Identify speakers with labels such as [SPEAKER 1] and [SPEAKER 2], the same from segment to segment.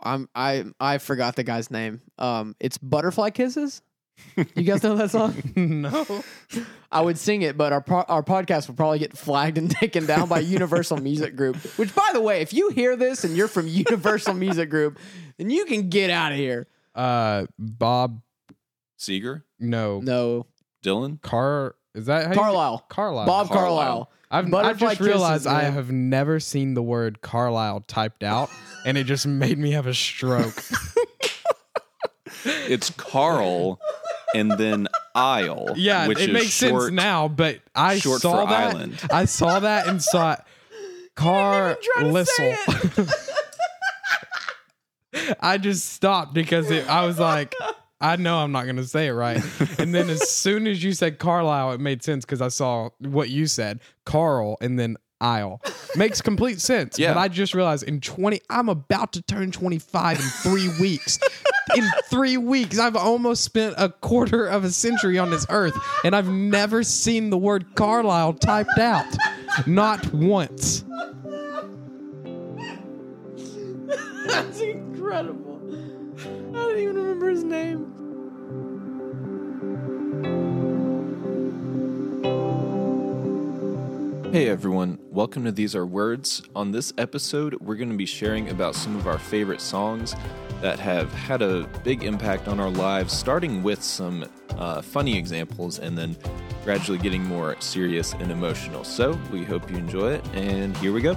[SPEAKER 1] I'm I I forgot the guy's name. Um, it's Butterfly Kisses. You guys know that song?
[SPEAKER 2] no.
[SPEAKER 1] I would sing it, but our pro- our podcast would probably get flagged and taken down by Universal Music Group. Which, by the way, if you hear this and you're from Universal Music Group, then you can get out of here.
[SPEAKER 2] Uh, Bob.
[SPEAKER 3] Seeger,
[SPEAKER 2] No.
[SPEAKER 1] No,
[SPEAKER 3] Dylan.
[SPEAKER 2] Car. Is that how you-
[SPEAKER 1] Carlisle.
[SPEAKER 2] Carlisle.
[SPEAKER 1] Bob Carlisle.
[SPEAKER 3] Carlisle.
[SPEAKER 2] I've, I've
[SPEAKER 1] Butterfly
[SPEAKER 2] just realized
[SPEAKER 1] Kisses,
[SPEAKER 2] I
[SPEAKER 1] man.
[SPEAKER 2] have never seen the word Carlisle typed out, and it just made me have a stroke.
[SPEAKER 3] It's Carl, and then Isle.
[SPEAKER 2] yeah,
[SPEAKER 3] which
[SPEAKER 2] it
[SPEAKER 3] is
[SPEAKER 2] makes
[SPEAKER 3] short-
[SPEAKER 2] sense now, but I
[SPEAKER 3] short
[SPEAKER 2] saw
[SPEAKER 3] for
[SPEAKER 2] that.
[SPEAKER 3] island.
[SPEAKER 2] I saw that and saw it. Carlisle. I just stopped because it, I was like, I know I'm not going to say it right. And then as soon as you said Carlisle, it made sense because I saw what you said, Carl, and then Isle. Makes complete sense.
[SPEAKER 3] Yeah.
[SPEAKER 2] But I just realized in 20, I'm about to turn 25 in three weeks. In three weeks, I've almost spent a quarter of a century on this earth, and I've never seen the word Carlisle typed out. Not once.
[SPEAKER 1] That's incredible. I don't even remember his name.
[SPEAKER 3] Hey everyone, welcome to These Are Words. On this episode, we're going to be sharing about some of our favorite songs that have had a big impact on our lives, starting with some uh, funny examples and then gradually getting more serious and emotional. So we hope you enjoy it, and here we go.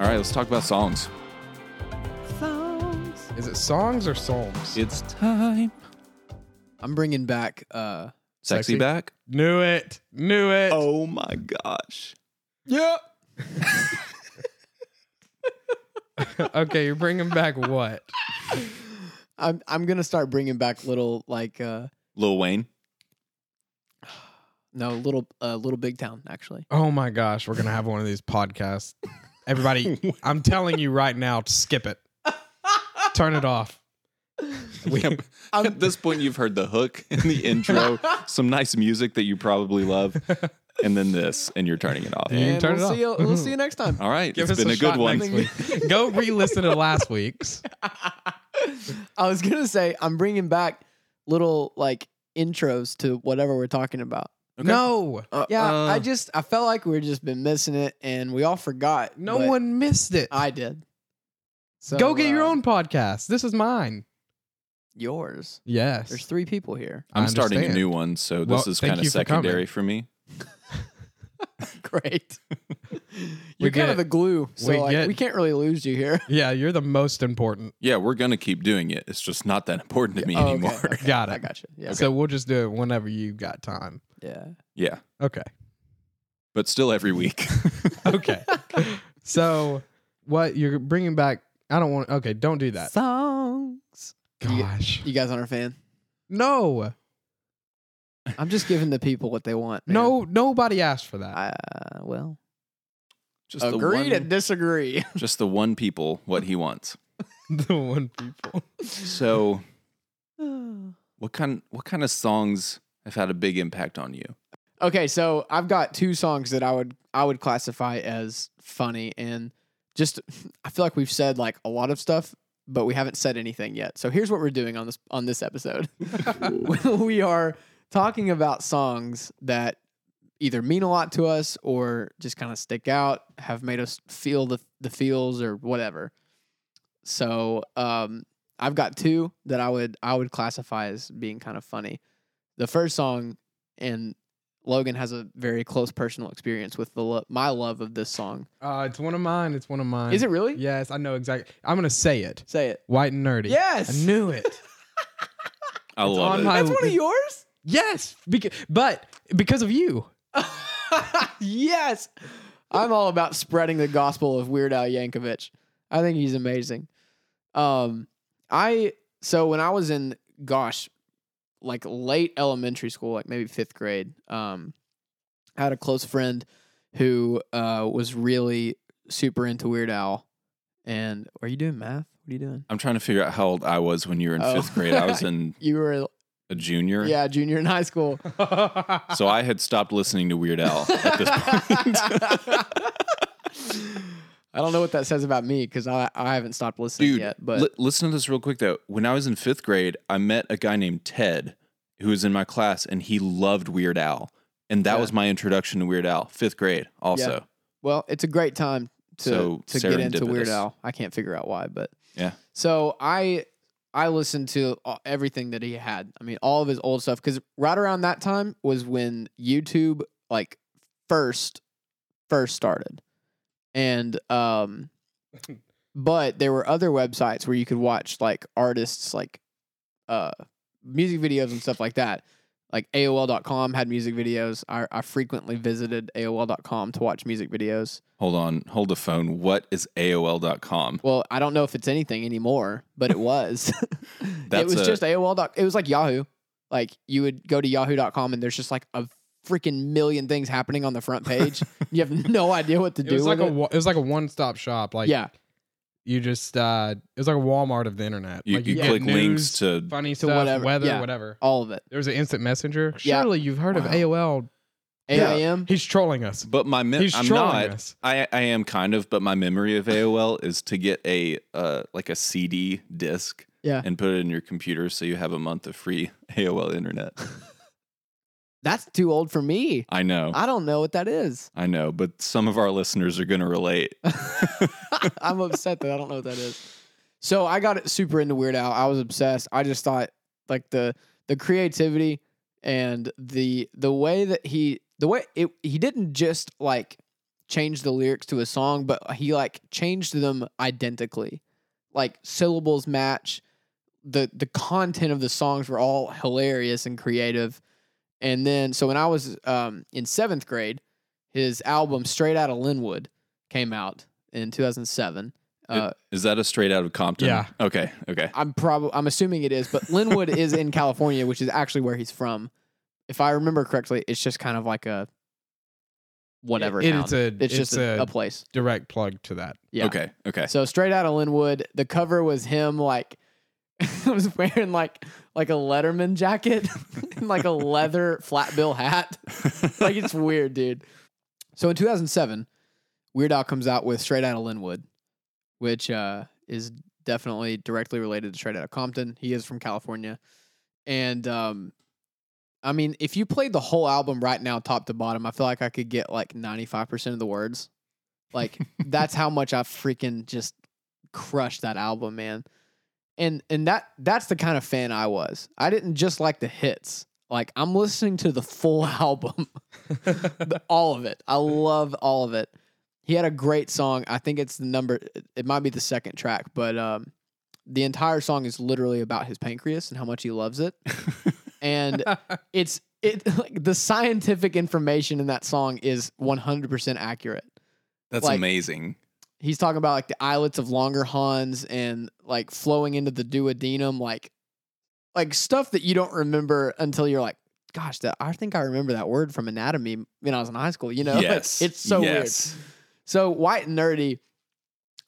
[SPEAKER 3] All right, let's talk about songs.
[SPEAKER 1] Songs.
[SPEAKER 2] Is it songs or psalms?
[SPEAKER 3] It's time.
[SPEAKER 1] I'm bringing back. uh
[SPEAKER 3] Sexy,
[SPEAKER 2] Sexy.
[SPEAKER 3] back.
[SPEAKER 2] Knew it. Knew it.
[SPEAKER 3] Oh my gosh.
[SPEAKER 1] Yeah.
[SPEAKER 2] Okay, you're bringing back what?
[SPEAKER 1] I'm I'm gonna start bringing back little like uh
[SPEAKER 3] Lil Wayne.
[SPEAKER 1] no little uh little big town actually.
[SPEAKER 2] Oh my gosh, we're gonna have one of these podcasts. Everybody, I'm telling you right now, skip it. Turn it off. We,
[SPEAKER 3] At this point, you've heard the hook and the intro, some nice music that you probably love, and then this, and you're turning it off.
[SPEAKER 2] Yeah. You can
[SPEAKER 1] And
[SPEAKER 2] turn
[SPEAKER 1] we'll
[SPEAKER 2] it
[SPEAKER 1] see you,
[SPEAKER 2] off. Mm-hmm.
[SPEAKER 1] we'll see you next time.
[SPEAKER 3] All right.
[SPEAKER 2] give us
[SPEAKER 3] it's been a, good
[SPEAKER 2] shot
[SPEAKER 3] one.
[SPEAKER 2] next week. Go re-listen to last week's.
[SPEAKER 1] I was gonna say I'm bringing back little like intros to whatever we're talking about.
[SPEAKER 3] Okay.
[SPEAKER 2] No,
[SPEAKER 1] Yeah,
[SPEAKER 3] Uh,
[SPEAKER 1] I just I felt like we've just been missing it, and we all forgot.
[SPEAKER 2] no
[SPEAKER 1] but
[SPEAKER 2] one missed it.
[SPEAKER 1] I did. So,
[SPEAKER 2] Go get your
[SPEAKER 1] uh,
[SPEAKER 2] own podcast. This is mine.
[SPEAKER 1] Yours.
[SPEAKER 2] Yes,
[SPEAKER 1] There's three people here.
[SPEAKER 2] I
[SPEAKER 3] I'm starting a
[SPEAKER 2] understand.
[SPEAKER 3] new one, so this
[SPEAKER 2] Well,
[SPEAKER 3] is
[SPEAKER 2] thank
[SPEAKER 3] kind of
[SPEAKER 2] you for coming.
[SPEAKER 3] secondary for me.
[SPEAKER 1] Great. You're kind
[SPEAKER 2] get-
[SPEAKER 1] of the glue, so
[SPEAKER 2] we
[SPEAKER 1] like,
[SPEAKER 2] get-
[SPEAKER 1] we can't really lose you here.
[SPEAKER 2] Yeah, you're the most important.
[SPEAKER 3] Yeah, we're going to keep doing it. It's just not that important to me
[SPEAKER 1] Oh, okay,
[SPEAKER 3] anymore.
[SPEAKER 1] okay,
[SPEAKER 2] Got
[SPEAKER 1] I
[SPEAKER 2] it.
[SPEAKER 1] got you. Yeah.
[SPEAKER 2] So we'll just do it whenever you got time.
[SPEAKER 1] yeah.
[SPEAKER 3] Yeah,
[SPEAKER 2] Okay.
[SPEAKER 3] but still every week.
[SPEAKER 2] Okay. so what you're bringing back? I don't want. Okay, don't do that.
[SPEAKER 1] Songs.
[SPEAKER 2] Gosh.
[SPEAKER 1] You guys aren't a fan.
[SPEAKER 2] No.
[SPEAKER 1] I'm just giving the people what they want. man.
[SPEAKER 2] No, nobody asked for that.
[SPEAKER 1] Uh, well,
[SPEAKER 3] just, the
[SPEAKER 1] agree to
[SPEAKER 3] one,
[SPEAKER 1] disagree.
[SPEAKER 3] just the one people what he wants.
[SPEAKER 2] the one people.
[SPEAKER 3] So,
[SPEAKER 1] okay,
[SPEAKER 3] what kind what kind of songs have had a big impact on you?
[SPEAKER 1] so I've got two songs that I would I would classify as funny and just I feel like we've said like a lot of stuff, but we haven't said anything yet. So here's what we're doing on this on this episode. we are talking about songs that either mean a lot to us or just kind of stick out, have made us feel the the feels or whatever. So um, I've got two that I would I would classify as being kind of funny. The first song, and Logan has a very close personal experience with the lo- my love of this song.
[SPEAKER 2] Uh, it's one of mine. It's one of mine.
[SPEAKER 1] Is it really?
[SPEAKER 2] Yes, I know exactly. I'm gonna say it.
[SPEAKER 1] Say it.
[SPEAKER 2] White and nerdy.
[SPEAKER 1] Yes.
[SPEAKER 2] I knew it.
[SPEAKER 3] I
[SPEAKER 2] It's
[SPEAKER 3] love
[SPEAKER 2] on
[SPEAKER 3] it.
[SPEAKER 2] my-
[SPEAKER 1] That's one of yours.
[SPEAKER 2] yes, beca- but because of you.
[SPEAKER 1] yes. I'm all about spreading the gospel of Weird Al Yankovic. I think he's amazing. Um, I so when I was in gosh, like late elementary school, like maybe fifth grade, um, I had a close friend who uh, was really super into Weird Al. And are you doing math? What are you doing?
[SPEAKER 3] I'm trying to figure out how old I was when you were in
[SPEAKER 1] Oh.
[SPEAKER 3] fifth grade. I was in
[SPEAKER 1] You were
[SPEAKER 3] a junior.
[SPEAKER 1] Yeah, junior in high school.
[SPEAKER 3] So I had stopped listening to Weird Al at this point.
[SPEAKER 1] I don't know what that says about me because I, I haven't stopped listening
[SPEAKER 3] Dude,
[SPEAKER 1] yet. But
[SPEAKER 3] li- listen to this real quick though. When I was in fifth grade, I met a guy named Ted who was in my class, and he loved Weird Al, and that
[SPEAKER 1] Yeah.
[SPEAKER 3] was my introduction to Weird Al. Fifth grade, also.
[SPEAKER 1] well, it's a great time to
[SPEAKER 3] So,
[SPEAKER 1] to get into Weird
[SPEAKER 3] serendipitous.
[SPEAKER 1] Al. I can't figure out why, but
[SPEAKER 3] Yeah.
[SPEAKER 1] So I I listened to a- everything that he had. I mean, all of his old stuff because right around that time was when YouTube like first first started, and um, but there were other websites where you could watch like artists like uh music videos and stuff like that. Like AOL.com had music videos. I, I frequently visited AOL.com to watch music videos.
[SPEAKER 3] Hold on, hold the phone. What is AOL.com?
[SPEAKER 1] Well, I don't know if it's anything anymore, but it was. it
[SPEAKER 3] That's
[SPEAKER 1] was
[SPEAKER 3] a-
[SPEAKER 1] just AOL. Doc, it was like Yahoo. Like you would go to yahoo.com and there's just like a freaking million things happening on the front page. you have no idea what to
[SPEAKER 2] It
[SPEAKER 1] do.
[SPEAKER 2] was like
[SPEAKER 1] with
[SPEAKER 2] a
[SPEAKER 1] it.
[SPEAKER 2] wa- it was like a one stop shop. Like
[SPEAKER 1] yeah,
[SPEAKER 2] you just uh, it was like a Walmart of the internet.
[SPEAKER 3] You,
[SPEAKER 2] like
[SPEAKER 3] you
[SPEAKER 2] get
[SPEAKER 3] click links
[SPEAKER 2] news,
[SPEAKER 3] to
[SPEAKER 2] funny
[SPEAKER 1] to
[SPEAKER 2] stuff,
[SPEAKER 1] whatever.
[SPEAKER 2] weather,
[SPEAKER 1] Yeah.
[SPEAKER 2] whatever.
[SPEAKER 1] all of it.
[SPEAKER 2] There was an instant messenger.
[SPEAKER 1] Yeah.
[SPEAKER 2] Surely you've heard
[SPEAKER 3] Wow.
[SPEAKER 2] of AOL.
[SPEAKER 3] Yeah.
[SPEAKER 1] AIM.
[SPEAKER 2] He's trolling us.
[SPEAKER 3] But my mem-
[SPEAKER 2] He's
[SPEAKER 3] I'm
[SPEAKER 2] trolling
[SPEAKER 3] not.
[SPEAKER 2] us.
[SPEAKER 3] I I am kind of, but my memory of AOL is to get a uh like a CD disc
[SPEAKER 1] Yeah.
[SPEAKER 3] and put it in your computer so you have a month of free AOL internet.
[SPEAKER 1] That's too old for me.
[SPEAKER 3] I know.
[SPEAKER 1] I don't know what that is.
[SPEAKER 3] I know, but some of our listeners are going to relate.
[SPEAKER 1] I'm upset that I don't know what that is. So I got it super into Weird Al. I was obsessed. I just thought like the the creativity and the the way that he the way it he didn't just like change the lyrics to a song, but he like changed them identically. Like syllables match. The the content of the songs were all hilarious and creative. And then so when I was um in seventh grade, his album Straight Outta Linwood came out in two thousand seven. Uh,
[SPEAKER 3] Is that a straight out of Compton?
[SPEAKER 2] Yeah.
[SPEAKER 3] Okay. Okay.
[SPEAKER 1] I'm probably I'm assuming it is, but Linwood is in California, which is actually where he's from. If I remember correctly, it's just kind of like a whatever.
[SPEAKER 2] It- it
[SPEAKER 1] town.
[SPEAKER 2] is a-
[SPEAKER 1] it's,
[SPEAKER 2] it's
[SPEAKER 1] just a,
[SPEAKER 2] a-
[SPEAKER 1] a place.
[SPEAKER 2] Direct plug to that.
[SPEAKER 1] Yeah.
[SPEAKER 3] Okay. Okay.
[SPEAKER 1] So straight out of Linwood, the cover was him like I was wearing like like a Letterman jacket and like a leather flat bill hat. like it's weird, dude. So in 2007, Weird Al comes out with Straight Outta Linwood, which uh, is definitely directly related to Straight Outta Compton. He is from California, and um, I mean, if you played the whole album right now, top to bottom, I feel like I could get like 95 percent of the words. Like that's how much I freaking just crushed that album, man. And and that that's the kind of fan I was. I didn't just like the hits. Like I'm listening to the full album. The- all of it. I love all of it. He had a great song. I think it's the number. It might be the second track, but um, the entire song is literally about his pancreas and how much he loves it. and it's it like the scientific information in that song is 100% accurate.
[SPEAKER 3] That's
[SPEAKER 1] like-
[SPEAKER 3] amazing.
[SPEAKER 1] He's talking about like the islets of Langerhans and like flowing into the duodenum, like like stuff that you don't remember until you're like, gosh, that I think I remember that word from anatomy when I was in high school. You know, Like,
[SPEAKER 3] yes.
[SPEAKER 1] it's so weird.
[SPEAKER 3] yes.
[SPEAKER 1] So white and nerdy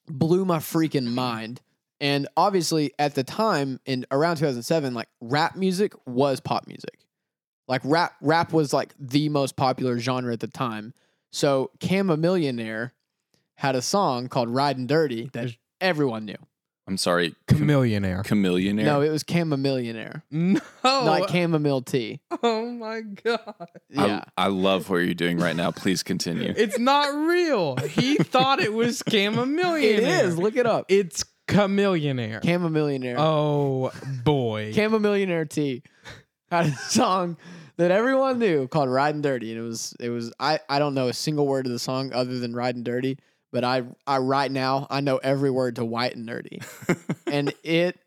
[SPEAKER 1] blew my freaking mind. And obviously at the time in around 2007, like rap music was pop music. Like rap rap was like the most popular genre at the time. So Cam a Millionaire had a song called Riding Dirty that
[SPEAKER 2] Is-
[SPEAKER 1] everyone knew.
[SPEAKER 3] I'm sorry. Cam-
[SPEAKER 2] Chameleonaire.
[SPEAKER 3] chameleonaire.
[SPEAKER 1] No, it was Cam a Millionaire.
[SPEAKER 2] No.
[SPEAKER 1] Not chamomile tea.
[SPEAKER 2] oh my god.
[SPEAKER 3] I-
[SPEAKER 1] Yeah.
[SPEAKER 3] I, love what you're doing right now. Please continue.
[SPEAKER 2] It's not real. He thought it was chamomillionaire.
[SPEAKER 1] it is. Look it up.
[SPEAKER 2] It's chamillionaire.
[SPEAKER 1] Cam a Millionaire.
[SPEAKER 2] oh boy.
[SPEAKER 1] Cam a Millionaire T had a song that everyone knew called Riding Dirty. And it was it was I, I don't know a single word of the song other than Riding Dirty, but I I right now I know every word to white and nerdy. and it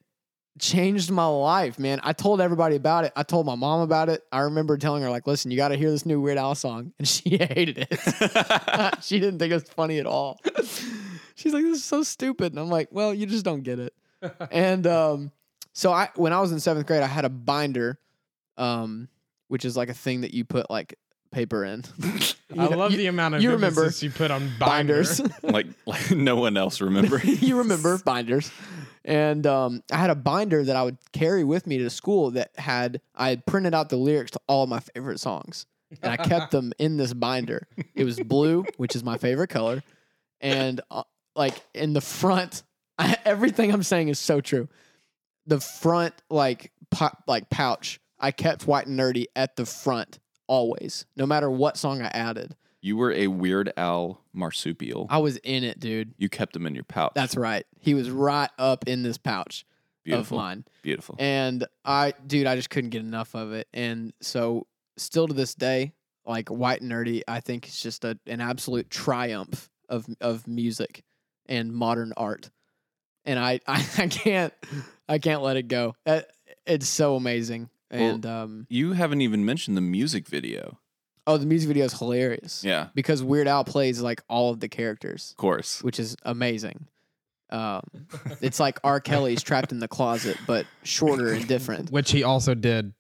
[SPEAKER 1] changed my life, man. I told everybody about it. I told my mom about it. I remember telling her, like, listen, you gotta hear this new Weird Al song. And she hated it. she didn't think it was funny at all. She's like, this is so stupid. And I'm like, well, you just don't get it. and um, so I when I was in seventh grade, I had a binder, um, which is like a thing that you put like paper in.
[SPEAKER 2] I love the amount of
[SPEAKER 1] you remember
[SPEAKER 2] emphasis you put on binder.
[SPEAKER 1] binders.
[SPEAKER 3] like, like no one else remembers.
[SPEAKER 1] you remember binders. And um, I had a binder that I would carry with me to school that had I had printed out the lyrics to all of my favorite songs, and I kept them in this binder. It was blue, which is my favorite color, and uh, like in the front, I, everything I'm saying is so true. The front like pop, like pouch, I kept White and Nerdy at the front always, no matter what song I added.
[SPEAKER 3] You were a Weird Al marsupial.
[SPEAKER 1] I was in it, dude.
[SPEAKER 3] You kept them in your pouch.
[SPEAKER 1] That's right. He was right up in this pouch
[SPEAKER 3] beautiful.
[SPEAKER 1] of mine.
[SPEAKER 3] Beautiful.
[SPEAKER 1] And I, dude, I just couldn't get enough of it. And so, still to this day, like White and Nerdy, I think it's just a, an absolute triumph of of music and modern art. And I, I, I can't, I can't let it go. That- It's so amazing. And um,
[SPEAKER 3] you haven't even mentioned the music video.
[SPEAKER 1] oh, the music video is hilarious
[SPEAKER 3] Yeah, of
[SPEAKER 1] because Weird Al plays like all of the characters,
[SPEAKER 3] course.
[SPEAKER 1] which is amazing. Um, it's like R. Kelly's trapped in the closet, but shorter and different.
[SPEAKER 2] Which he also did.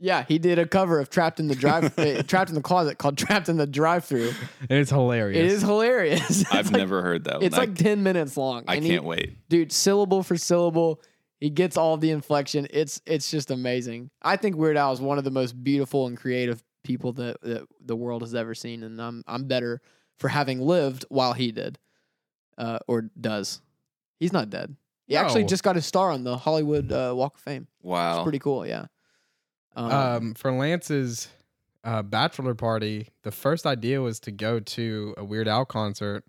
[SPEAKER 1] Yeah, he did a cover of "Trapped in the Drive," uh, "Trapped in the Closet" called "Trapped in the Drive-Through."
[SPEAKER 2] And it's hilarious.
[SPEAKER 1] It is hilarious. It's
[SPEAKER 3] I've
[SPEAKER 1] like,
[SPEAKER 3] never heard that.
[SPEAKER 1] It's
[SPEAKER 3] one.
[SPEAKER 1] like ten minutes long.
[SPEAKER 3] I, I
[SPEAKER 1] and
[SPEAKER 3] can't
[SPEAKER 1] he,
[SPEAKER 3] wait.
[SPEAKER 1] dude. Syllable for syllable, he gets all the inflection. It's it's just amazing. I think Weird Al is one of the most beautiful and creative people that, that the world has ever seen, and I'm I'm better for having lived while he did, uh, or does. He's not dead. He actually
[SPEAKER 2] No.
[SPEAKER 1] just got his star on the Hollywood uh, Walk of Fame.
[SPEAKER 3] Wow.
[SPEAKER 1] It's pretty cool. Yeah. Um,
[SPEAKER 2] um, for Lance's uh, bachelor party, the first idea was to go to a Weird Al concert.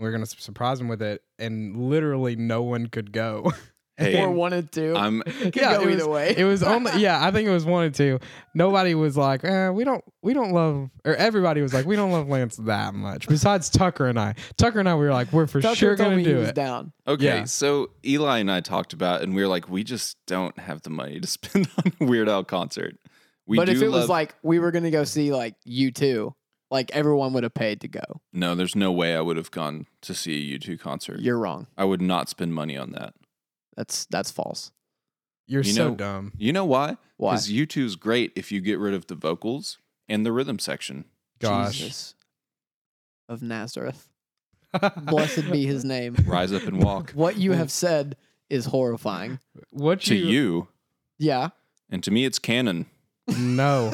[SPEAKER 2] We are gonna su- surprise him with it, and literally no one could go.
[SPEAKER 3] Hey.
[SPEAKER 1] or wanted to.
[SPEAKER 3] I'm
[SPEAKER 1] Could go
[SPEAKER 2] it
[SPEAKER 1] either
[SPEAKER 2] was,
[SPEAKER 1] way.
[SPEAKER 2] It was only yeah, I think it was one or two. Nobody was like, eh, we don't we don't love or everybody was like, we don't love Lance that much. Besides Tucker and I. Tucker and I we were like, we're for
[SPEAKER 1] Tucker
[SPEAKER 2] sure
[SPEAKER 1] told
[SPEAKER 2] gonna
[SPEAKER 1] me he
[SPEAKER 2] do
[SPEAKER 1] was
[SPEAKER 2] it.
[SPEAKER 1] down.
[SPEAKER 3] okay.
[SPEAKER 2] Yeah.
[SPEAKER 3] So Eli and I talked about, and we were like, we just don't have the money to spend on a Weird Al concert. We
[SPEAKER 1] but
[SPEAKER 3] do
[SPEAKER 1] if it was
[SPEAKER 3] love-
[SPEAKER 1] like we were gonna go see like you two, like everyone would have paid to go.
[SPEAKER 3] no, there's no way I would have gone to see a U2 concert.
[SPEAKER 1] You're wrong.
[SPEAKER 3] I would not spend money on that.
[SPEAKER 1] That's that's false.
[SPEAKER 2] You're
[SPEAKER 3] You
[SPEAKER 2] so
[SPEAKER 3] know-
[SPEAKER 2] dumb.
[SPEAKER 3] You know why?
[SPEAKER 1] Why?
[SPEAKER 3] Because U2's great if you get rid of the vocals and the rhythm section.
[SPEAKER 2] Gosh.
[SPEAKER 1] Jesus of Nazareth, blessed be His name.
[SPEAKER 3] Rise up and walk.
[SPEAKER 1] What you have said is horrifying.
[SPEAKER 2] What
[SPEAKER 3] to
[SPEAKER 2] you,
[SPEAKER 3] you,
[SPEAKER 1] Yeah,
[SPEAKER 3] and to me, it's canon.
[SPEAKER 2] No.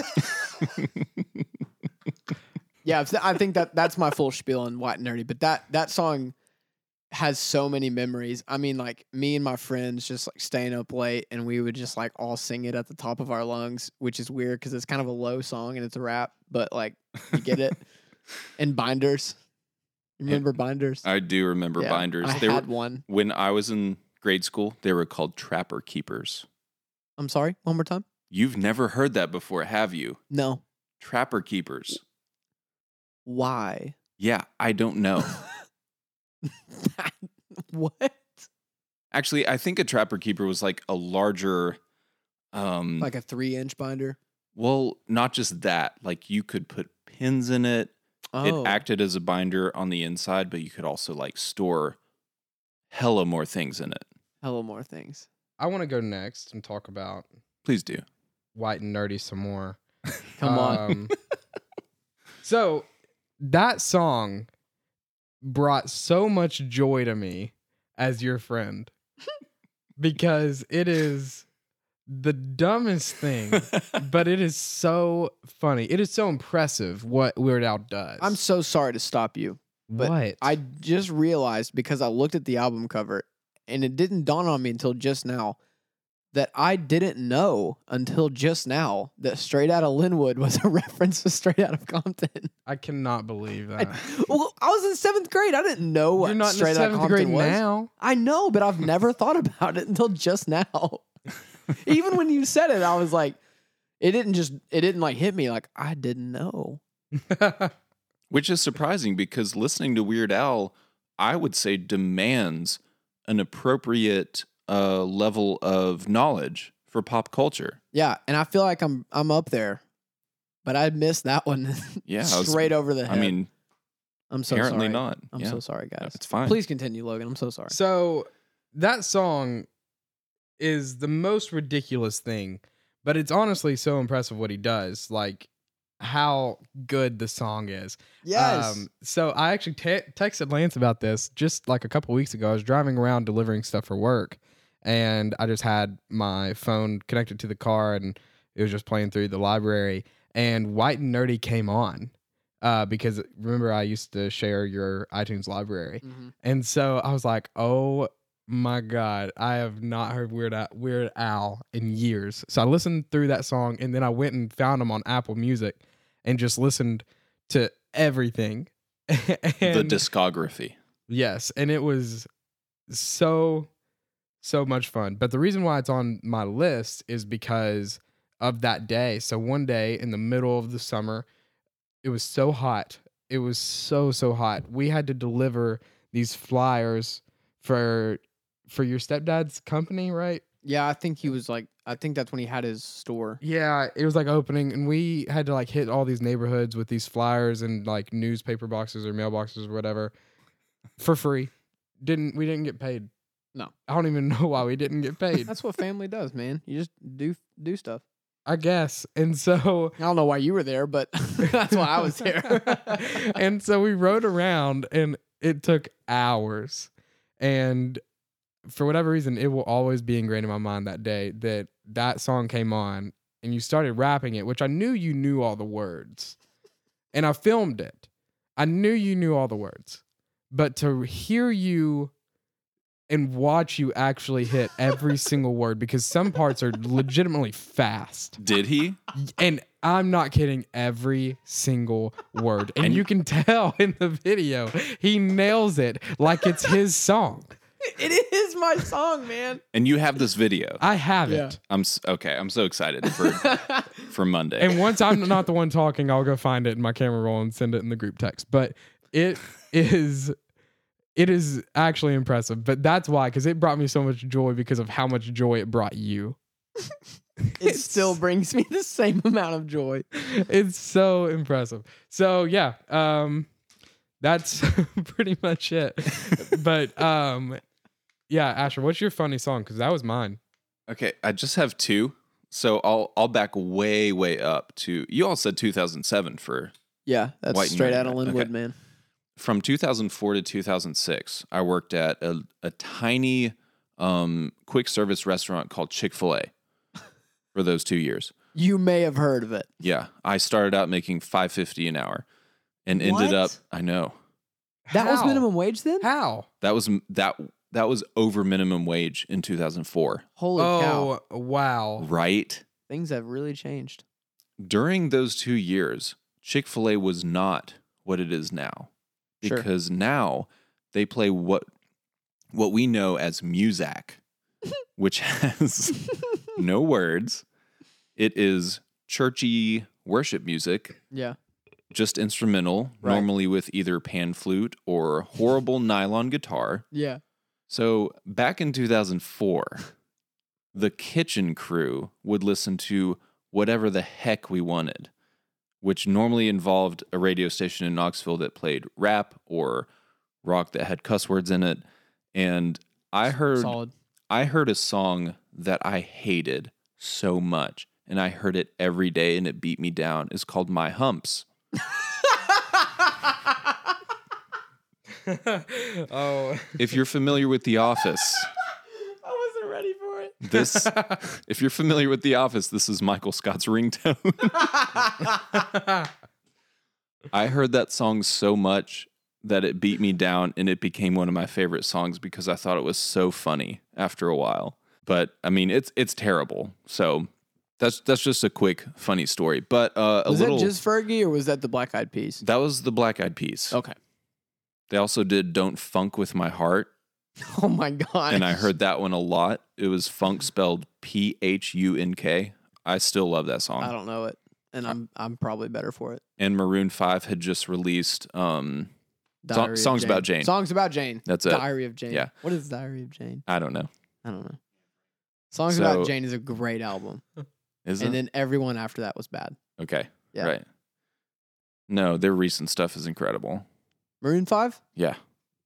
[SPEAKER 1] yeah. I've- I think that that's my full spiel on White and Nerdy. But that that song has so many memories. I mean, like me and my friends just like staying up late, and we would just like all sing it at the top of our lungs, which is weird because it's kind of a low song and it's a rap, but like you get it. and binders. Remember binders?
[SPEAKER 3] I do remember
[SPEAKER 1] Yeah,
[SPEAKER 3] binders.
[SPEAKER 1] I
[SPEAKER 3] they
[SPEAKER 1] had
[SPEAKER 3] were
[SPEAKER 1] one.
[SPEAKER 3] when I was in grade school. They were called trapper keepers.
[SPEAKER 1] I'm sorry. One more time.
[SPEAKER 3] You've never heard that before, have you?
[SPEAKER 1] No.
[SPEAKER 3] Trapper keepers.
[SPEAKER 1] Why?
[SPEAKER 3] Yeah, I don't know.
[SPEAKER 1] what?
[SPEAKER 3] Actually, I think a trapper keeper was like a larger. Um,
[SPEAKER 1] Like a three inch binder.
[SPEAKER 3] well, not just that. Like you could put pins in it.
[SPEAKER 1] Oh,
[SPEAKER 3] It acted as a binder on the inside, but you could also like store hella more things in it.
[SPEAKER 1] hello more things.
[SPEAKER 2] I wanna go next and talk about
[SPEAKER 3] Please do.
[SPEAKER 2] white and nerdy some more.
[SPEAKER 1] Come
[SPEAKER 3] Uh,
[SPEAKER 1] on.
[SPEAKER 2] Um, so that song brought so much joy to me as your friend because it is the dumbest thing, but it is so funny. It is so impressive what Weird Al does.
[SPEAKER 1] I'm so sorry to stop you. but
[SPEAKER 2] what
[SPEAKER 1] I just realized because I looked at the album cover and it didn't dawn on me until just now that I didn't know until just now that Straight Outta Linwood was a reference to Straight Outta Compton.
[SPEAKER 2] I cannot believe
[SPEAKER 1] I-
[SPEAKER 2] that.
[SPEAKER 1] well, I was in seventh grade. I didn't know what
[SPEAKER 2] Uh. You're not in
[SPEAKER 1] Straight
[SPEAKER 2] the
[SPEAKER 1] Outta
[SPEAKER 2] seventh
[SPEAKER 1] Compton
[SPEAKER 2] grade
[SPEAKER 1] was.
[SPEAKER 2] now.
[SPEAKER 1] I know, but I've never thought about it until just now. Even when you said it, I was like, it didn't just it didn't like hit me like I didn't know.
[SPEAKER 3] Which is surprising because listening to Weird Al, I would say, demands an appropriate uh, level of knowledge for pop culture.
[SPEAKER 1] Yeah, and I feel like I'm I'm up there, but I missed that one
[SPEAKER 3] Yeah, I was-
[SPEAKER 1] straight over the head.
[SPEAKER 3] I mean,
[SPEAKER 1] I'm so
[SPEAKER 3] apparently
[SPEAKER 1] sorry.
[SPEAKER 3] not.
[SPEAKER 1] I'm
[SPEAKER 3] yeah,
[SPEAKER 1] so sorry, guys.
[SPEAKER 3] it's fine.
[SPEAKER 1] Please continue, Logan. I'm so sorry.
[SPEAKER 2] So that song is the most ridiculous thing, but it's honestly so impressive what he does. Like how good the song is. Um,
[SPEAKER 1] Yes.
[SPEAKER 2] so I actually te- texted Lance about this just like a couple weeks ago. I was driving around delivering stuff for work, and I just had my phone connected to the car, and it was just playing through the library. And White and Nerdy came on uh, because remember I used to share your iTunes library,
[SPEAKER 1] Mhm.
[SPEAKER 2] and so I was like, oh my god, I have not heard Weird Al, Weird Al in years. So I listened through that song, and then I went and found him on Apple Music, and just listened to everything.
[SPEAKER 3] the
[SPEAKER 2] And-
[SPEAKER 3] discography.
[SPEAKER 2] Yes, and it was so so much fun. But the reason why it's on my list is because of that day. So one day in the middle of the summer, it was so hot. It was so so hot. We had to deliver these flyers for for your stepdad's company, right?
[SPEAKER 1] Yeah, I think he was like, I think that's when he had his store.
[SPEAKER 2] Yeah, it was like opening, and we had to like hit all these neighborhoods with these flyers and like newspaper boxes or mailboxes or whatever for free. Didn't we didn't get paid?
[SPEAKER 1] No.
[SPEAKER 2] I don't even know why we didn't get paid.
[SPEAKER 1] That's what family does, man. You just do do stuff.
[SPEAKER 2] I guess, and so
[SPEAKER 1] I don't know why you were there, but that's why I was there.
[SPEAKER 2] and so we rode around and it took hours. And for whatever reason, it will always be ingrained in my mind that day that that song came on and you started rapping it, which I knew you knew all the words. And I filmed it. I knew you knew all the words. But to hear you and watch you actually hit every single word because some parts are legitimately fast.
[SPEAKER 3] Did he?
[SPEAKER 2] And I'm not kidding, every single word. And,
[SPEAKER 3] And-
[SPEAKER 2] you can tell in the video, he nails it like it's his song.
[SPEAKER 1] it is my song, man.
[SPEAKER 3] And you have this video.
[SPEAKER 2] I have
[SPEAKER 1] Yeah.
[SPEAKER 2] it.
[SPEAKER 3] I'm s- okay. I'm so excited for for Monday.
[SPEAKER 2] And once I'm not the one talking, I'll go find it in my camera roll and send it in the group text. But it is it is actually impressive. But that's why, because it brought me so much joy because of how much joy it brought you.
[SPEAKER 1] It still brings me the same amount of joy.
[SPEAKER 2] It's so impressive. So yeah, um, that's pretty much it. but um, yeah, Asher, what's your funny song? Because that was mine.
[SPEAKER 3] Okay, I just have two. So I'll I'll back way way up to you all said 2007 for
[SPEAKER 1] Yeah, that's
[SPEAKER 3] White and
[SPEAKER 1] straight
[SPEAKER 3] Nerdy,
[SPEAKER 1] out of
[SPEAKER 3] right?
[SPEAKER 1] Linwood,
[SPEAKER 3] Okay.
[SPEAKER 1] man.
[SPEAKER 3] from 2004 to 2006. I worked at a, a tiny um, quick service restaurant called Chick Fil A for those two years.
[SPEAKER 1] You may have heard of it.
[SPEAKER 3] Yeah, I started out making 550 an hour and ended
[SPEAKER 1] What?
[SPEAKER 3] up. I know
[SPEAKER 1] That was
[SPEAKER 2] How?
[SPEAKER 1] minimum wage then?
[SPEAKER 2] How?
[SPEAKER 3] that was that that was over minimum wage in 2004,
[SPEAKER 1] Holy cow.
[SPEAKER 2] oh wow!
[SPEAKER 3] right?
[SPEAKER 1] Things have really changed.
[SPEAKER 3] during those two years, Chick fil A was not what it is now.
[SPEAKER 1] Sure.
[SPEAKER 3] Because now they play what what we know as Muzak, which has no words. It is churchy worship music,
[SPEAKER 1] Yeah.
[SPEAKER 3] just instrumental,
[SPEAKER 1] Right.
[SPEAKER 3] normally with either pan flute or horrible nylon guitar.
[SPEAKER 1] Yeah.
[SPEAKER 3] So back in 2004, the kitchen crew would listen to whatever the heck we wanted, which normally involved a radio station in Knoxville that played rap or rock that had cuss words in it. And I heard
[SPEAKER 1] Solid.
[SPEAKER 3] I heard a song that I hated so much, and I heard it every day, and it beat me down. It's called My Humps.
[SPEAKER 2] oh,
[SPEAKER 3] If you're familiar with The Office,
[SPEAKER 1] I wasn't ready for it.
[SPEAKER 3] this if you're familiar with The Office, this is Michael Scott's ringtone. I heard that song so much that it beat me down and it became one of my favorite songs because I thought it was so funny after a while. But I mean, it's it's terrible. So that's that's just a quick funny story. But uh, a
[SPEAKER 1] Was
[SPEAKER 3] little
[SPEAKER 1] that just Oh. Fergie or was that the Black Eyed Peas?
[SPEAKER 3] that was the Black Eyed Peas.
[SPEAKER 1] Okay.
[SPEAKER 3] They also did "Don't Funk with My Heart,"
[SPEAKER 1] Oh my god.
[SPEAKER 3] and I heard that one a lot. It was funk spelled P H U N K. I still love that song.
[SPEAKER 1] I don't know it, and I'm I'm probably better for it.
[SPEAKER 3] and Maroon Five had just released um Song-
[SPEAKER 1] Diary of
[SPEAKER 3] Songs About Jane.
[SPEAKER 1] Songs about Jane.
[SPEAKER 3] That's it.
[SPEAKER 1] Diary of Jane.
[SPEAKER 3] Yeah.
[SPEAKER 1] What is Diary of Jane?
[SPEAKER 3] I don't know.
[SPEAKER 1] I don't know. Songs about
[SPEAKER 3] So-
[SPEAKER 1] Jane is a great album,
[SPEAKER 3] Is
[SPEAKER 1] and
[SPEAKER 3] it?
[SPEAKER 1] then everyone after that was bad.
[SPEAKER 3] okay.
[SPEAKER 1] Yeah.
[SPEAKER 3] Right. No, their recent stuff is incredible.
[SPEAKER 1] Maroon Five.
[SPEAKER 3] Yeah.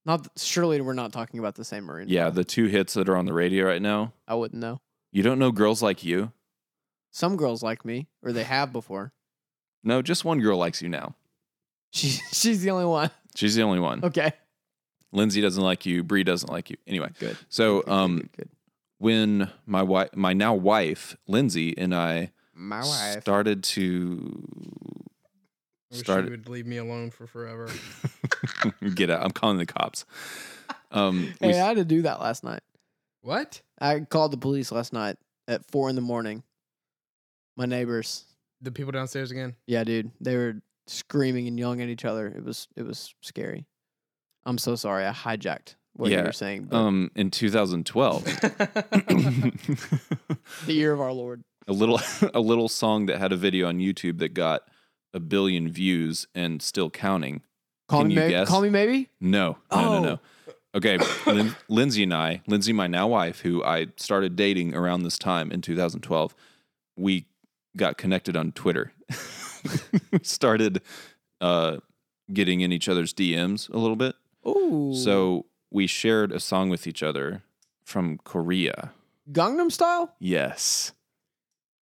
[SPEAKER 1] Not th- surely we're not talking about the same Maroon.
[SPEAKER 3] Yeah,
[SPEAKER 1] 5.
[SPEAKER 3] the two hits that are on the radio right now.
[SPEAKER 1] I wouldn't know.
[SPEAKER 3] You don't know girls like you?
[SPEAKER 1] Some girls like me, or they have before.
[SPEAKER 3] No, just one girl likes you now.
[SPEAKER 1] She, she's the only one.
[SPEAKER 3] She's the only one.
[SPEAKER 1] Okay.
[SPEAKER 3] Lindsay doesn't like you. Bree doesn't like you. Anyway,
[SPEAKER 1] Good.
[SPEAKER 3] so um,
[SPEAKER 1] good, good.
[SPEAKER 3] when my wife, my now wife, Lindsay, and I
[SPEAKER 1] My
[SPEAKER 3] started to
[SPEAKER 2] Wish
[SPEAKER 3] Started-
[SPEAKER 2] you would leave me alone for forever.
[SPEAKER 3] get out, I'm calling the cops. Um, we
[SPEAKER 1] Hey, I had to do that last night.
[SPEAKER 2] what?
[SPEAKER 1] I called the police last night at four in the morning. My neighbors.
[SPEAKER 2] The people downstairs again?
[SPEAKER 1] Yeah, dude. They were screaming and yelling at each other. It was it was scary. I'm so sorry. I hijacked what you
[SPEAKER 3] Yeah,
[SPEAKER 1] were saying. But
[SPEAKER 3] um in 2012
[SPEAKER 1] the year of our Lord.
[SPEAKER 3] a little a little song that had a video on YouTube that got a billion views and still counting.
[SPEAKER 1] Call
[SPEAKER 3] Can
[SPEAKER 1] me
[SPEAKER 3] you
[SPEAKER 1] maybe.
[SPEAKER 3] guess?
[SPEAKER 1] Call me maybe.
[SPEAKER 3] No, no, no,
[SPEAKER 1] Oh.
[SPEAKER 3] no. Okay, Lin- Lindsay and I, Lindsay, my now wife, who I started dating around this time in 2012, we got connected on Twitter. started uh, getting in each other's DMs a little bit.
[SPEAKER 1] Ooh.
[SPEAKER 3] So we shared a song with each other from Korea.
[SPEAKER 1] Gangnam Style.
[SPEAKER 3] Yes.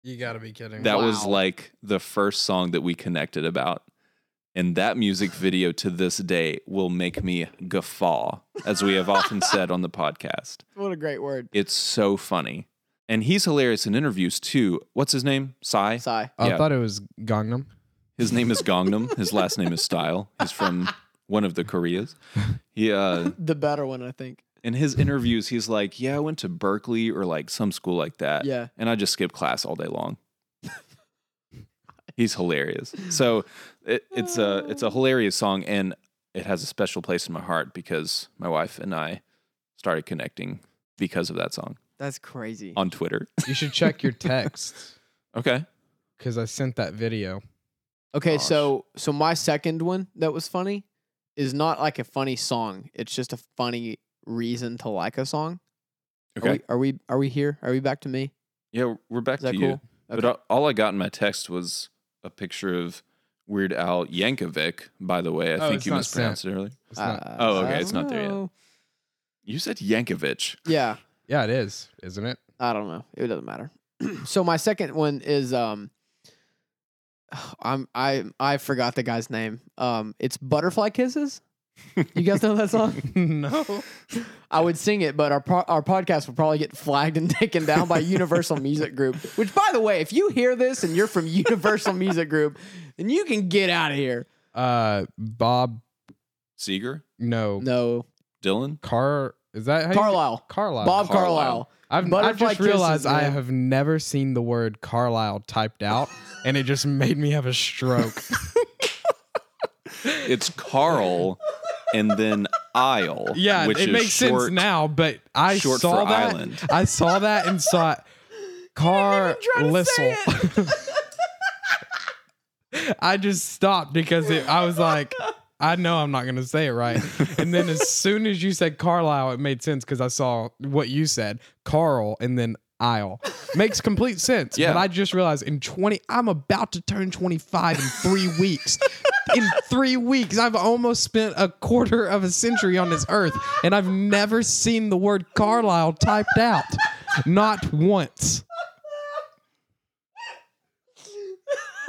[SPEAKER 2] you gotta be kidding. me.
[SPEAKER 3] That was
[SPEAKER 1] Wow.
[SPEAKER 3] like the first song that we connected about. And that music video to this day will make me guffaw, as we have often said on the podcast.
[SPEAKER 1] What a great word.
[SPEAKER 3] It's so funny. And he's hilarious in interviews too. What's his name? Psy.
[SPEAKER 1] Sigh.
[SPEAKER 2] I
[SPEAKER 3] Yeah.
[SPEAKER 2] thought it was Gangnam.
[SPEAKER 3] His name is Gongnam. His last name is Style. He's from one of the Koreas. He uh,
[SPEAKER 1] The better one, I think.
[SPEAKER 3] in his interviews, he's like, "Yeah, I went to Berkeley or like some school like that.
[SPEAKER 1] Yeah.
[SPEAKER 3] and I just skipped class all day long." he's hilarious. So it, it's a
[SPEAKER 1] Oh.
[SPEAKER 3] it's a hilarious song, and it has a special place in my heart because my wife and I started connecting because of that song
[SPEAKER 1] That's crazy.
[SPEAKER 3] on Twitter.
[SPEAKER 2] You should check your texts
[SPEAKER 3] okay,
[SPEAKER 2] because I sent that video.
[SPEAKER 1] Okay,
[SPEAKER 3] Gosh.
[SPEAKER 1] so so my second one that was funny is not like a funny song. It's just a funny reason to like a song.
[SPEAKER 3] okay,
[SPEAKER 1] Are we are we, are we here? Are we back to me?
[SPEAKER 3] yeah, we're back
[SPEAKER 1] Is that
[SPEAKER 3] to
[SPEAKER 1] cool?
[SPEAKER 3] you. But uh, all- all I got in my text was a picture of Weird Al Yankovic. By the way, I
[SPEAKER 2] Oh,
[SPEAKER 3] think
[SPEAKER 2] it's
[SPEAKER 3] you
[SPEAKER 2] not
[SPEAKER 3] mispronounced it earlier.
[SPEAKER 2] It's not,
[SPEAKER 1] Uh,
[SPEAKER 3] oh,
[SPEAKER 1] I
[SPEAKER 3] okay, it's
[SPEAKER 1] don't
[SPEAKER 3] not there yet.
[SPEAKER 1] know.
[SPEAKER 3] You said Yankovic.
[SPEAKER 1] Yeah,
[SPEAKER 2] yeah, it is, isn't it?
[SPEAKER 1] I don't know. It doesn't matter. so my second one is um I'm I I forgot the guy's name. Um it's Butterfly Kisses. You guys know that song?
[SPEAKER 2] no.
[SPEAKER 1] I would sing it, but our pro- our podcast will probably get flagged and taken down by Universal Music Group. Which, by the way, if you hear this and you're from Universal Music Group, then you can get out of here.
[SPEAKER 2] Uh, Bob.
[SPEAKER 3] Seeger,
[SPEAKER 2] No.
[SPEAKER 1] No,
[SPEAKER 3] Dylan.
[SPEAKER 2] Car. Is that how you-
[SPEAKER 1] Carlisle,
[SPEAKER 2] Carlisle.
[SPEAKER 1] Bob
[SPEAKER 3] Carlisle.
[SPEAKER 1] Carlisle.
[SPEAKER 2] I've, I've
[SPEAKER 1] Butterfly
[SPEAKER 2] just realized
[SPEAKER 1] kisses,
[SPEAKER 2] I
[SPEAKER 1] man.
[SPEAKER 2] have never seen the word Carlisle typed out, and it just made me have a stroke.
[SPEAKER 3] It's Carl, and then Isle.
[SPEAKER 2] yeah,
[SPEAKER 3] which
[SPEAKER 2] it
[SPEAKER 3] is
[SPEAKER 2] makes
[SPEAKER 3] short-
[SPEAKER 2] sense now, but I
[SPEAKER 3] short
[SPEAKER 2] saw
[SPEAKER 3] for
[SPEAKER 2] that.
[SPEAKER 3] island.
[SPEAKER 2] I saw that and saw it. Car
[SPEAKER 1] even try
[SPEAKER 2] I just stopped because it, I was like, I know I'm not going to say it right. And then as soon as you said Carlisle, it made sense because I saw what you said, Carl, and then Isle. Makes complete sense.
[SPEAKER 3] Yeah.
[SPEAKER 2] But I just realized in 20, I'm about to turn 25 in three weeks. In three weeks, I've almost spent a quarter of a century on this earth, and I've never seen the word Carlisle typed out. Not once.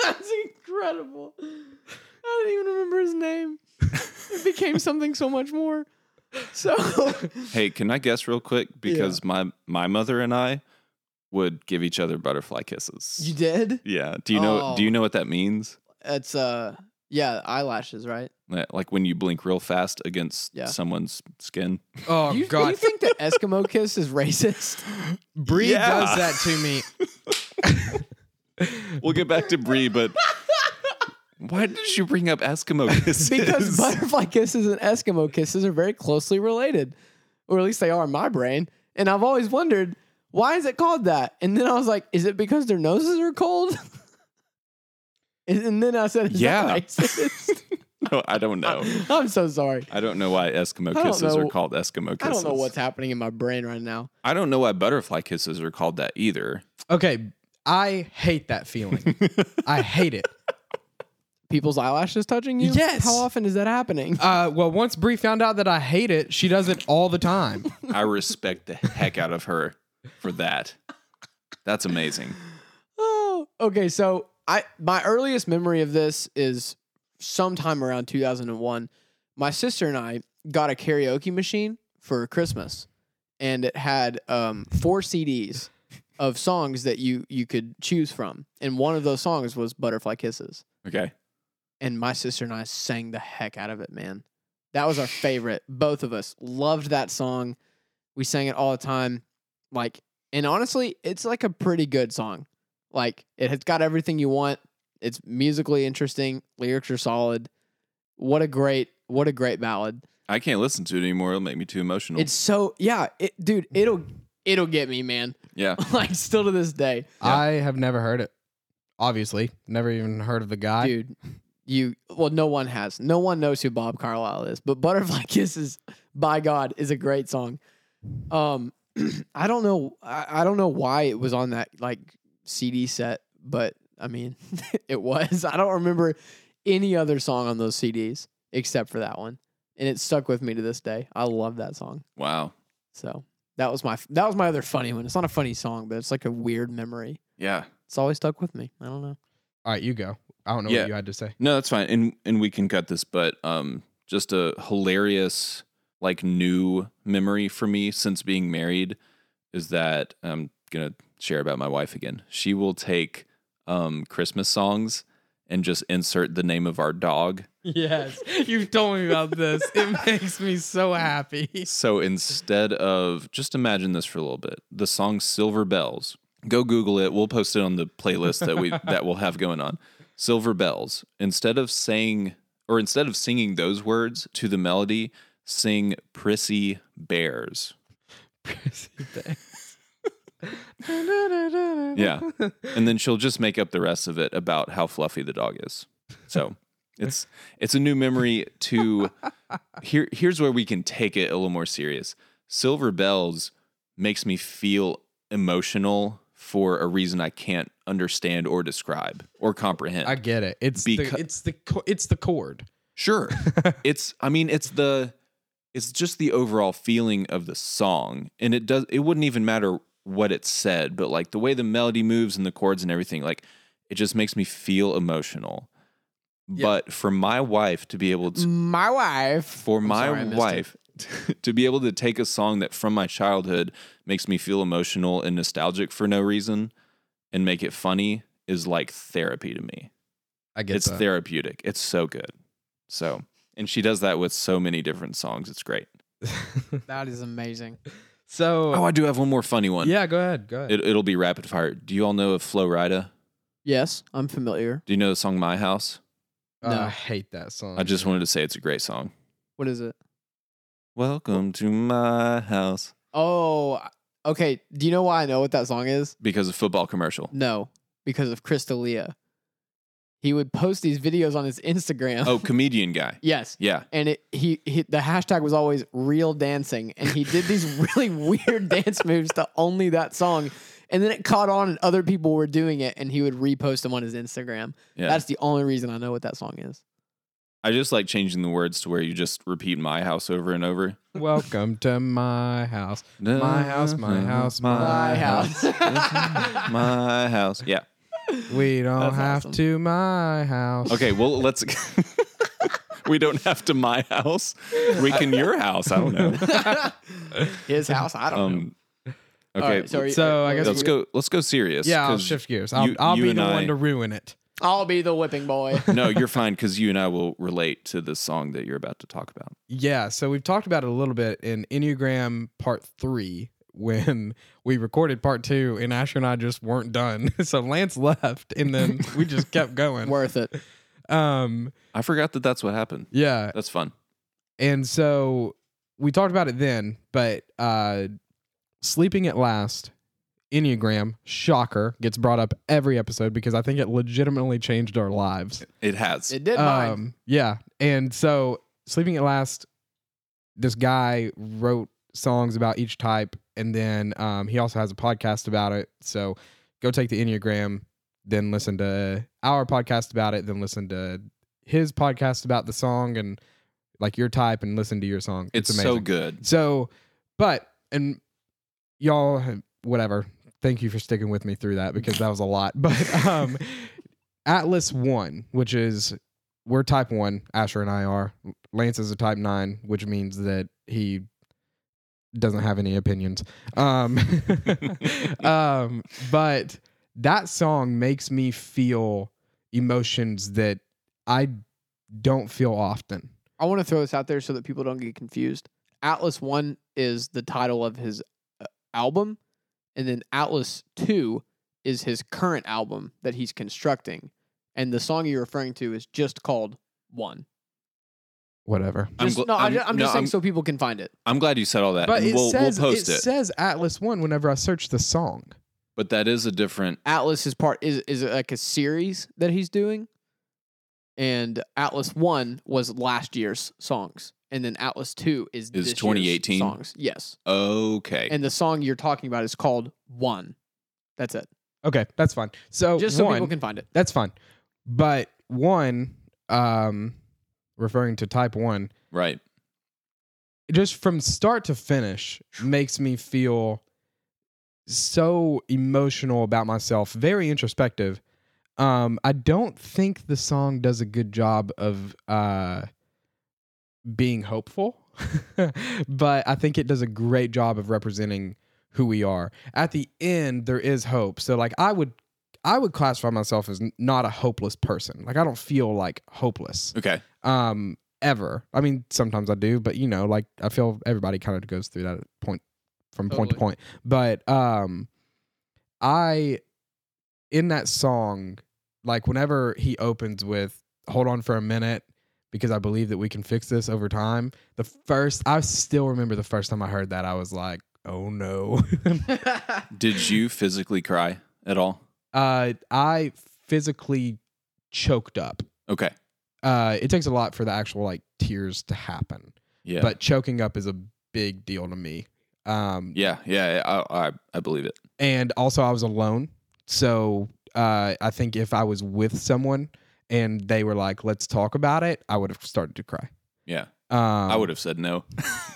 [SPEAKER 1] That's incredible. I don't even remember his name. It became something so much more. So
[SPEAKER 3] Hey, can I guess real quick? Because my my mother and I would give each other butterfly kisses.
[SPEAKER 1] you did?
[SPEAKER 3] yeah. Do you know?
[SPEAKER 1] Oh.
[SPEAKER 3] Do you know what that means?
[SPEAKER 1] It's uh, yeah, eyelashes, right?
[SPEAKER 3] Like- Like when you blink real fast against
[SPEAKER 1] Yeah.
[SPEAKER 3] someone's skin.
[SPEAKER 2] Oh,
[SPEAKER 1] you,
[SPEAKER 2] God.
[SPEAKER 1] you think that Eskimo kiss is racist?
[SPEAKER 2] Bree
[SPEAKER 3] Yeah.
[SPEAKER 2] does that to me.
[SPEAKER 3] We'll get back to Bree, but why did you bring up Eskimo kisses?
[SPEAKER 1] Because butterfly kisses and Eskimo kisses are very closely related, or at least they are in my brain. And I've always wondered why is it called that. And then I was like, is it because their noses are cold? and and then I said, is
[SPEAKER 3] Yeah.
[SPEAKER 1] that racist?
[SPEAKER 3] no, I don't know.
[SPEAKER 1] I'm so sorry.
[SPEAKER 3] I don't know why Eskimo
[SPEAKER 1] I don't
[SPEAKER 3] kisses are
[SPEAKER 1] know-
[SPEAKER 3] called Eskimo
[SPEAKER 1] I
[SPEAKER 3] kisses.
[SPEAKER 1] don't know what's happening in my brain right now.
[SPEAKER 3] I don't know why butterfly kisses are called that either.
[SPEAKER 2] Okay, I hate that feeling. I hate it.
[SPEAKER 1] People's eyelashes touching you?
[SPEAKER 2] Yes.
[SPEAKER 1] How often is that happening?
[SPEAKER 2] Uh, well, once Bree found out that I hate it, she does it all the time.
[SPEAKER 3] I respect the heck out of her for that. That's amazing.
[SPEAKER 1] Oh, okay. So I my earliest memory of this is sometime around 2001. My sister and I got a karaoke machine for Christmas, and it had um, four CDs of songs that you you could choose from, and one of those songs was Butterfly Kisses.
[SPEAKER 3] Okay.
[SPEAKER 1] And my sister and I sang the heck out of it, man. That was our favorite. Both of us loved that song. We sang it all the time. Like, and honestly, it's like a pretty good song. Like, it has got everything you want. It's musically interesting. Lyrics are solid. What a great, what a great ballad.
[SPEAKER 3] I can't listen to it anymore. It'll make me too emotional.
[SPEAKER 1] It's so yeah, it, dude. It'll it'll get me, man.
[SPEAKER 3] yeah.
[SPEAKER 1] like still to this day,
[SPEAKER 2] I have never heard it. Obviously, never even heard of the guy.
[SPEAKER 1] dude. You well, no one has. No one knows who Bob Carlisle is, but Butterfly Kisses, by God, is a great song. Um, I don't know. I, I don't know why it was on that like CD set, but I mean, it was. I don't remember any other song on those CDs except for that one, and it stuck with me to this day. I love that song.
[SPEAKER 3] Wow.
[SPEAKER 1] So that was my that was my other funny one. It's not a funny song, but it's like a weird memory.
[SPEAKER 3] Yeah.
[SPEAKER 1] It's always stuck with me. I don't know.
[SPEAKER 2] All right, you go. I don't know
[SPEAKER 3] Yeah.
[SPEAKER 2] what you had to say.
[SPEAKER 3] No, that's fine. And and we can cut this, but um just a hilarious like new memory for me since being married is that I'm going to share about my wife again. She will take um Christmas songs and just insert the name of our dog.
[SPEAKER 2] Yes, you've told me about this. It makes me so happy.
[SPEAKER 3] So instead of just imagine this for a little bit, the song Silver Bells. Go Google it. We'll post it on the playlist that we that we'll have going on. Silver Bells. Instead of saying or instead of singing those words to the melody, sing Prissy Bears. Yeah. And then she'll just make up the rest of it about how fluffy the dog is. So it's it's a new memory to here here's where we can take it a little more serious. Silver Bells makes me feel emotional for a reason I can't understand or describe or comprehend.
[SPEAKER 2] I get it. It's
[SPEAKER 3] Becau-
[SPEAKER 2] the it's the co- it's the chord.
[SPEAKER 3] Sure. it's I mean it's the it's just the overall feeling of the song and it does it wouldn't even matter what it said but like the way the melody moves and the chords and everything like it just makes me feel emotional. But for my wife to be able to
[SPEAKER 1] My wife.
[SPEAKER 3] for
[SPEAKER 1] Mm. I'm
[SPEAKER 3] my
[SPEAKER 1] sorry, I missed it.
[SPEAKER 3] wife to be able to take a song that from my childhood makes me feel emotional and nostalgic for no reason and make it funny is like therapy to me
[SPEAKER 2] I get
[SPEAKER 3] it's
[SPEAKER 2] that.
[SPEAKER 3] therapeutic. It's so good. So, and she does that with so many different songs. It's great.
[SPEAKER 1] That is amazing.
[SPEAKER 2] so
[SPEAKER 3] Oh, I do have one more funny one.
[SPEAKER 2] yeah, go ahead. Go ahead.
[SPEAKER 3] It, it'll be rapid fire. Do you all know of Flo Rida?
[SPEAKER 1] Yes, I'm familiar.
[SPEAKER 3] Do you know the song My House?
[SPEAKER 2] Uh,
[SPEAKER 1] no.
[SPEAKER 2] I hate that song.
[SPEAKER 3] I just wanted to say it's a great song.
[SPEAKER 1] What is it?
[SPEAKER 3] Welcome to my house.
[SPEAKER 1] Oh, okay. Do you know why I know what that song is?
[SPEAKER 3] Because of football commercial.
[SPEAKER 1] No, because of Chris D'Elia. He would post these videos on his Instagram.
[SPEAKER 3] Oh, comedian guy.
[SPEAKER 1] yes.
[SPEAKER 3] Yeah.
[SPEAKER 1] And it, he, he the hashtag was always real dancing, and he did these really weird dance moves to only that song, and then it caught on, and other people were doing it, and he would repost them on his Instagram.
[SPEAKER 3] Yeah.
[SPEAKER 1] That's the only reason I know what that song is.
[SPEAKER 3] I just like changing the words to where you just repeat my house over and over.
[SPEAKER 2] Welcome to my house. My house, my house,
[SPEAKER 1] My
[SPEAKER 2] my
[SPEAKER 1] house.
[SPEAKER 3] my house. Yeah.
[SPEAKER 2] We don't
[SPEAKER 1] That's
[SPEAKER 2] have
[SPEAKER 1] awesome.
[SPEAKER 2] to my house.
[SPEAKER 3] Okay, well, let's. we don't have to my house. We can your house. I don't know.
[SPEAKER 1] His house. I don't know.
[SPEAKER 3] Um,
[SPEAKER 1] All
[SPEAKER 3] okay,
[SPEAKER 1] right, so are you-
[SPEAKER 2] so I
[SPEAKER 1] are
[SPEAKER 2] guess
[SPEAKER 1] you-
[SPEAKER 3] let's go. Let's go serious.
[SPEAKER 2] Yeah, I'll
[SPEAKER 3] 'cause
[SPEAKER 2] shift gears. I'll,
[SPEAKER 3] you-
[SPEAKER 2] I'll
[SPEAKER 3] you
[SPEAKER 2] be
[SPEAKER 3] and
[SPEAKER 2] the
[SPEAKER 3] I-
[SPEAKER 2] one to ruin it.
[SPEAKER 1] I'll be the whipping boy.
[SPEAKER 3] no, you're fine because you and I will relate to the song that you're about to talk about.
[SPEAKER 2] Yeah, so we've talked about it a little bit in Enneagram Part 3 when we recorded Part 2 and Asher and I just weren't done. So Lance left and then we just kept going.
[SPEAKER 1] Worth it.
[SPEAKER 2] Um
[SPEAKER 3] I forgot that that's what happened.
[SPEAKER 2] yeah,
[SPEAKER 3] That's fun.
[SPEAKER 2] and so we talked about it then, but uh sleeping at last Enneagram shocker gets brought up every episode because I think it legitimately changed our lives.
[SPEAKER 3] It has.
[SPEAKER 1] It did mine.
[SPEAKER 2] Um, yeah. And so Sleeping at Last, this guy wrote songs about each type, and then um, he also has a podcast about it. So go take the Enneagram, then listen to our podcast about it, then listen to his podcast about the song and like your type and listen to your song.
[SPEAKER 3] it's
[SPEAKER 2] It's,
[SPEAKER 3] so
[SPEAKER 2] amazing.
[SPEAKER 3] good.
[SPEAKER 2] So, but and y'all, whatever. Thank you for sticking with me through that because that was a lot. But um, Atlas One, which is we're Type One. Asher and I are. Lance is a Type Nine, which means that he doesn't have any opinions. Um, um, but that song makes me feel emotions that I don't feel often.
[SPEAKER 1] I want to throw this out there so that people don't get confused. Atlas One is the title of his uh, album, and then Atlas Two is his current album that he's constructing. And the song you're referring to is just called One.
[SPEAKER 2] Whatever.
[SPEAKER 3] I'm
[SPEAKER 1] Just,
[SPEAKER 3] gl-
[SPEAKER 1] no, I'm,
[SPEAKER 3] I'm-
[SPEAKER 1] ju- I'm
[SPEAKER 3] no,
[SPEAKER 1] just saying
[SPEAKER 3] I'm-
[SPEAKER 1] so people can find it.
[SPEAKER 3] I'm glad you said all that.
[SPEAKER 2] But
[SPEAKER 3] Uh, and
[SPEAKER 2] it
[SPEAKER 3] we'll,
[SPEAKER 2] says
[SPEAKER 3] we'll post it.
[SPEAKER 2] says Atlas One whenever I search the song.
[SPEAKER 3] but that is a different.
[SPEAKER 1] Atlas is part is is it like a series that he's doing, and Atlas One was last year's songs, and then Atlas Two is this year's
[SPEAKER 3] 2018?
[SPEAKER 1] songs. Yes,
[SPEAKER 3] Okay.
[SPEAKER 1] and the song you're talking about is called One. That's it.
[SPEAKER 2] Okay, that's fine. So
[SPEAKER 1] Just so
[SPEAKER 2] one,
[SPEAKER 1] people can find it.
[SPEAKER 2] that's fine. But one, um, referring to type one,
[SPEAKER 3] right.
[SPEAKER 2] just from start to finish makes me feel so emotional about myself, very introspective. Um, I don't think the song does a good job of uh being hopeful, but I think it does a great job of representing who we are. At the end, there is hope. So like I would I would classify myself as n- not a hopeless person. Like I don't feel like hopeless
[SPEAKER 3] Okay.
[SPEAKER 2] um ever i mean sometimes i do but you know like i feel everybody kind of goes through that point from point to
[SPEAKER 1] Totally.
[SPEAKER 2] point but um i in that song like whenever he opens with hold on for a minute because i believe that we can fix this over time the first i still remember the first time i heard that i was like oh no
[SPEAKER 3] Did you physically cry at all?
[SPEAKER 2] uh i physically choked up
[SPEAKER 3] Okay.
[SPEAKER 2] uh it takes a lot for the actual like tears to happen
[SPEAKER 3] Yeah.
[SPEAKER 2] but choking up is a big deal to me. Um,
[SPEAKER 3] yeah. Yeah. I, I, I believe it.
[SPEAKER 2] And also, I was alone. So uh, I think if I was with someone and they were like, let's talk about it, I would have started to cry.
[SPEAKER 3] Yeah.
[SPEAKER 2] Um,
[SPEAKER 3] I would have said no.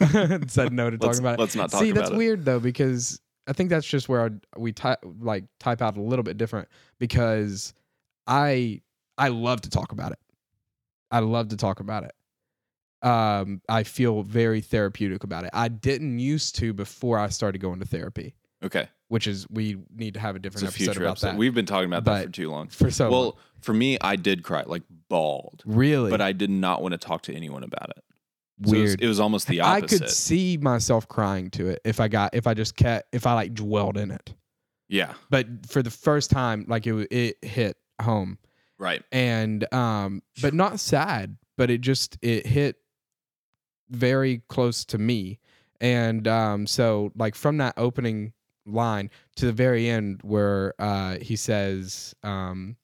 [SPEAKER 2] have said no to
[SPEAKER 3] Let's-
[SPEAKER 2] talking about it.
[SPEAKER 3] let's not talk
[SPEAKER 2] See,
[SPEAKER 3] about
[SPEAKER 2] that's
[SPEAKER 3] it.
[SPEAKER 2] weird though, because I think that's just where I, we type like type out a little bit different because I I love to talk about it. I love to talk about it. Um, I feel very therapeutic about it. I didn't used to before I started going to therapy,
[SPEAKER 3] Okay.
[SPEAKER 2] which is we need to have a
[SPEAKER 3] It's
[SPEAKER 2] different
[SPEAKER 3] a
[SPEAKER 2] episode
[SPEAKER 3] future
[SPEAKER 2] about
[SPEAKER 3] episode.
[SPEAKER 2] that.
[SPEAKER 3] We've been talking about that
[SPEAKER 2] But-
[SPEAKER 3] for too long.
[SPEAKER 2] for so long.
[SPEAKER 3] Well, for me, I did cry, like bawled,
[SPEAKER 2] really,
[SPEAKER 3] but I did not want to talk to anyone about it. So it was,
[SPEAKER 2] weird.
[SPEAKER 3] it was almost the
[SPEAKER 2] I
[SPEAKER 3] opposite.
[SPEAKER 2] could see myself crying to it if I got if I just kept if I like dwelled in it.
[SPEAKER 3] yeah.
[SPEAKER 2] but for the first time like it wa- it hit home
[SPEAKER 3] Right.
[SPEAKER 2] and um but not sad but it just it hit very close to me and um so like from that opening line to the very end where uh he says um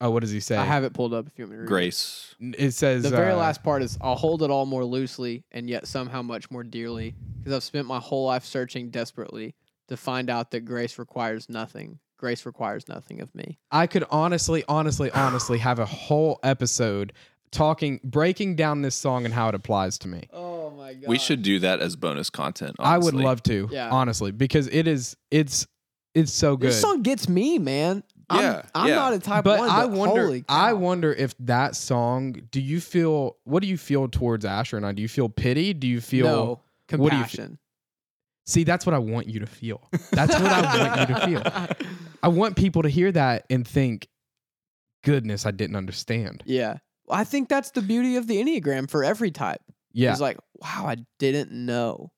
[SPEAKER 2] oh what does he say
[SPEAKER 1] I have it pulled up if you want me to read it.
[SPEAKER 3] Grace.
[SPEAKER 2] it says
[SPEAKER 1] the very
[SPEAKER 2] uh,
[SPEAKER 1] last part is I'll hold it all more loosely and yet somehow much more dearly because I've spent my whole life searching desperately to find out that grace requires nothing. Grace requires nothing of me.
[SPEAKER 2] I could honestly, honestly, honestly have a whole episode talking, breaking down this song and how it applies to me.
[SPEAKER 1] Oh my god.
[SPEAKER 3] We should do that as bonus content.
[SPEAKER 2] I would
[SPEAKER 3] honestly.
[SPEAKER 2] love to,
[SPEAKER 1] Yeah.
[SPEAKER 2] honestly, because it is it's it's so good.
[SPEAKER 1] This song gets me, man. I'm,
[SPEAKER 3] Yeah,
[SPEAKER 1] I'm
[SPEAKER 3] yeah.
[SPEAKER 1] not a type
[SPEAKER 2] but
[SPEAKER 1] one.
[SPEAKER 2] I
[SPEAKER 1] but
[SPEAKER 2] wonder,
[SPEAKER 1] holy cow.
[SPEAKER 2] I wonder if that song. Do you feel? What do you feel towards Asher and I? Do you feel pity? Do you feel?
[SPEAKER 1] no
[SPEAKER 2] do you feel?
[SPEAKER 1] compassion.
[SPEAKER 2] See, that's what I want you to feel. That's what I want you to feel. I want people to hear that and think, "Goodness, I didn't understand."
[SPEAKER 1] Yeah. Well, I think that's the beauty of the Enneagram for every type.
[SPEAKER 2] Yeah,
[SPEAKER 1] It's like, wow, I didn't know.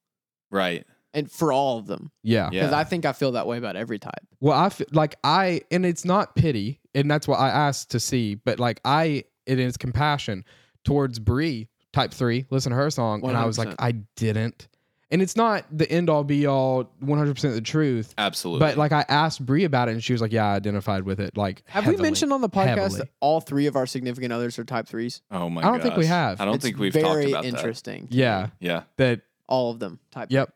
[SPEAKER 3] Right.
[SPEAKER 1] And for all of them.
[SPEAKER 2] yeah.
[SPEAKER 1] Because
[SPEAKER 3] Yeah.
[SPEAKER 1] I think I feel that way about every type.
[SPEAKER 2] Well, I f- like I, and it's not pity, and that's what I asked to see. But like I, it is compassion towards Bree, type three. Listen to her song, and I was like,
[SPEAKER 1] 100%.
[SPEAKER 2] I didn't. And it's not the end all be all, one hundred percent the truth.
[SPEAKER 3] Absolutely.
[SPEAKER 2] But like I asked Bree about it, and she was like, Yeah, I identified with it. Like,
[SPEAKER 1] Have we
[SPEAKER 2] heavily.
[SPEAKER 1] mentioned on the podcast
[SPEAKER 2] Heavily.
[SPEAKER 1] that all three of our significant others are type threes?
[SPEAKER 3] oh my
[SPEAKER 2] I don't think we
[SPEAKER 3] gosh.
[SPEAKER 2] have.
[SPEAKER 3] I don't
[SPEAKER 1] It's
[SPEAKER 3] think we've
[SPEAKER 1] very
[SPEAKER 3] talked about that.
[SPEAKER 1] interesting. to
[SPEAKER 2] Yeah,
[SPEAKER 1] me.
[SPEAKER 3] Yeah.
[SPEAKER 2] that.
[SPEAKER 1] all of them type.
[SPEAKER 2] Yep,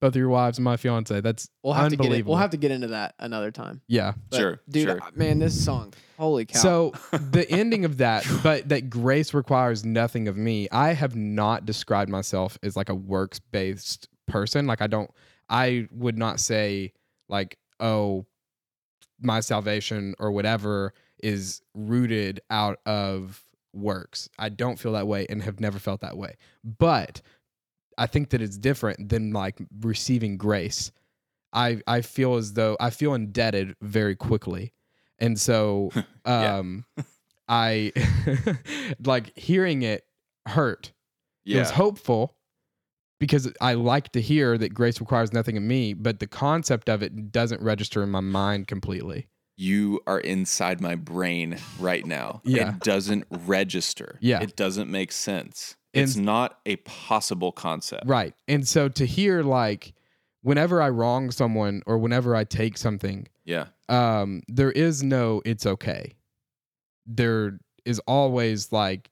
[SPEAKER 2] both of your wives and my fiance. That's
[SPEAKER 1] we'll have to get it.
[SPEAKER 2] unbelievable.
[SPEAKER 1] We'll have to get into that another time.
[SPEAKER 2] yeah.
[SPEAKER 1] But,
[SPEAKER 3] Sure,
[SPEAKER 1] dude.
[SPEAKER 3] sure.
[SPEAKER 1] I- Man, this song, holy cow!
[SPEAKER 2] So the ending of that, but that grace requires nothing of me. I have not described myself as like a works based person. Like I don't, I would not say like, oh, my salvation or whatever is rooted out of works. I don't feel that way and have never felt that way. But I think that it's different than like receiving grace. I I feel as though I feel indebted very quickly. And so
[SPEAKER 3] Yeah.
[SPEAKER 2] um I like hearing it hurt. It was
[SPEAKER 3] Yeah.
[SPEAKER 2] hopeful because I like to hear that grace requires nothing of me, but the concept of it doesn't register in my mind completely.
[SPEAKER 3] You are inside my brain right now.
[SPEAKER 2] Yeah.
[SPEAKER 3] It doesn't register.
[SPEAKER 2] Yeah.
[SPEAKER 3] It doesn't make sense.
[SPEAKER 2] And-
[SPEAKER 3] It's not a possible concept.
[SPEAKER 2] Right. And so to hear like whenever I wrong someone or whenever I take something,
[SPEAKER 3] Yeah.
[SPEAKER 2] um, there is no it's okay. There is always like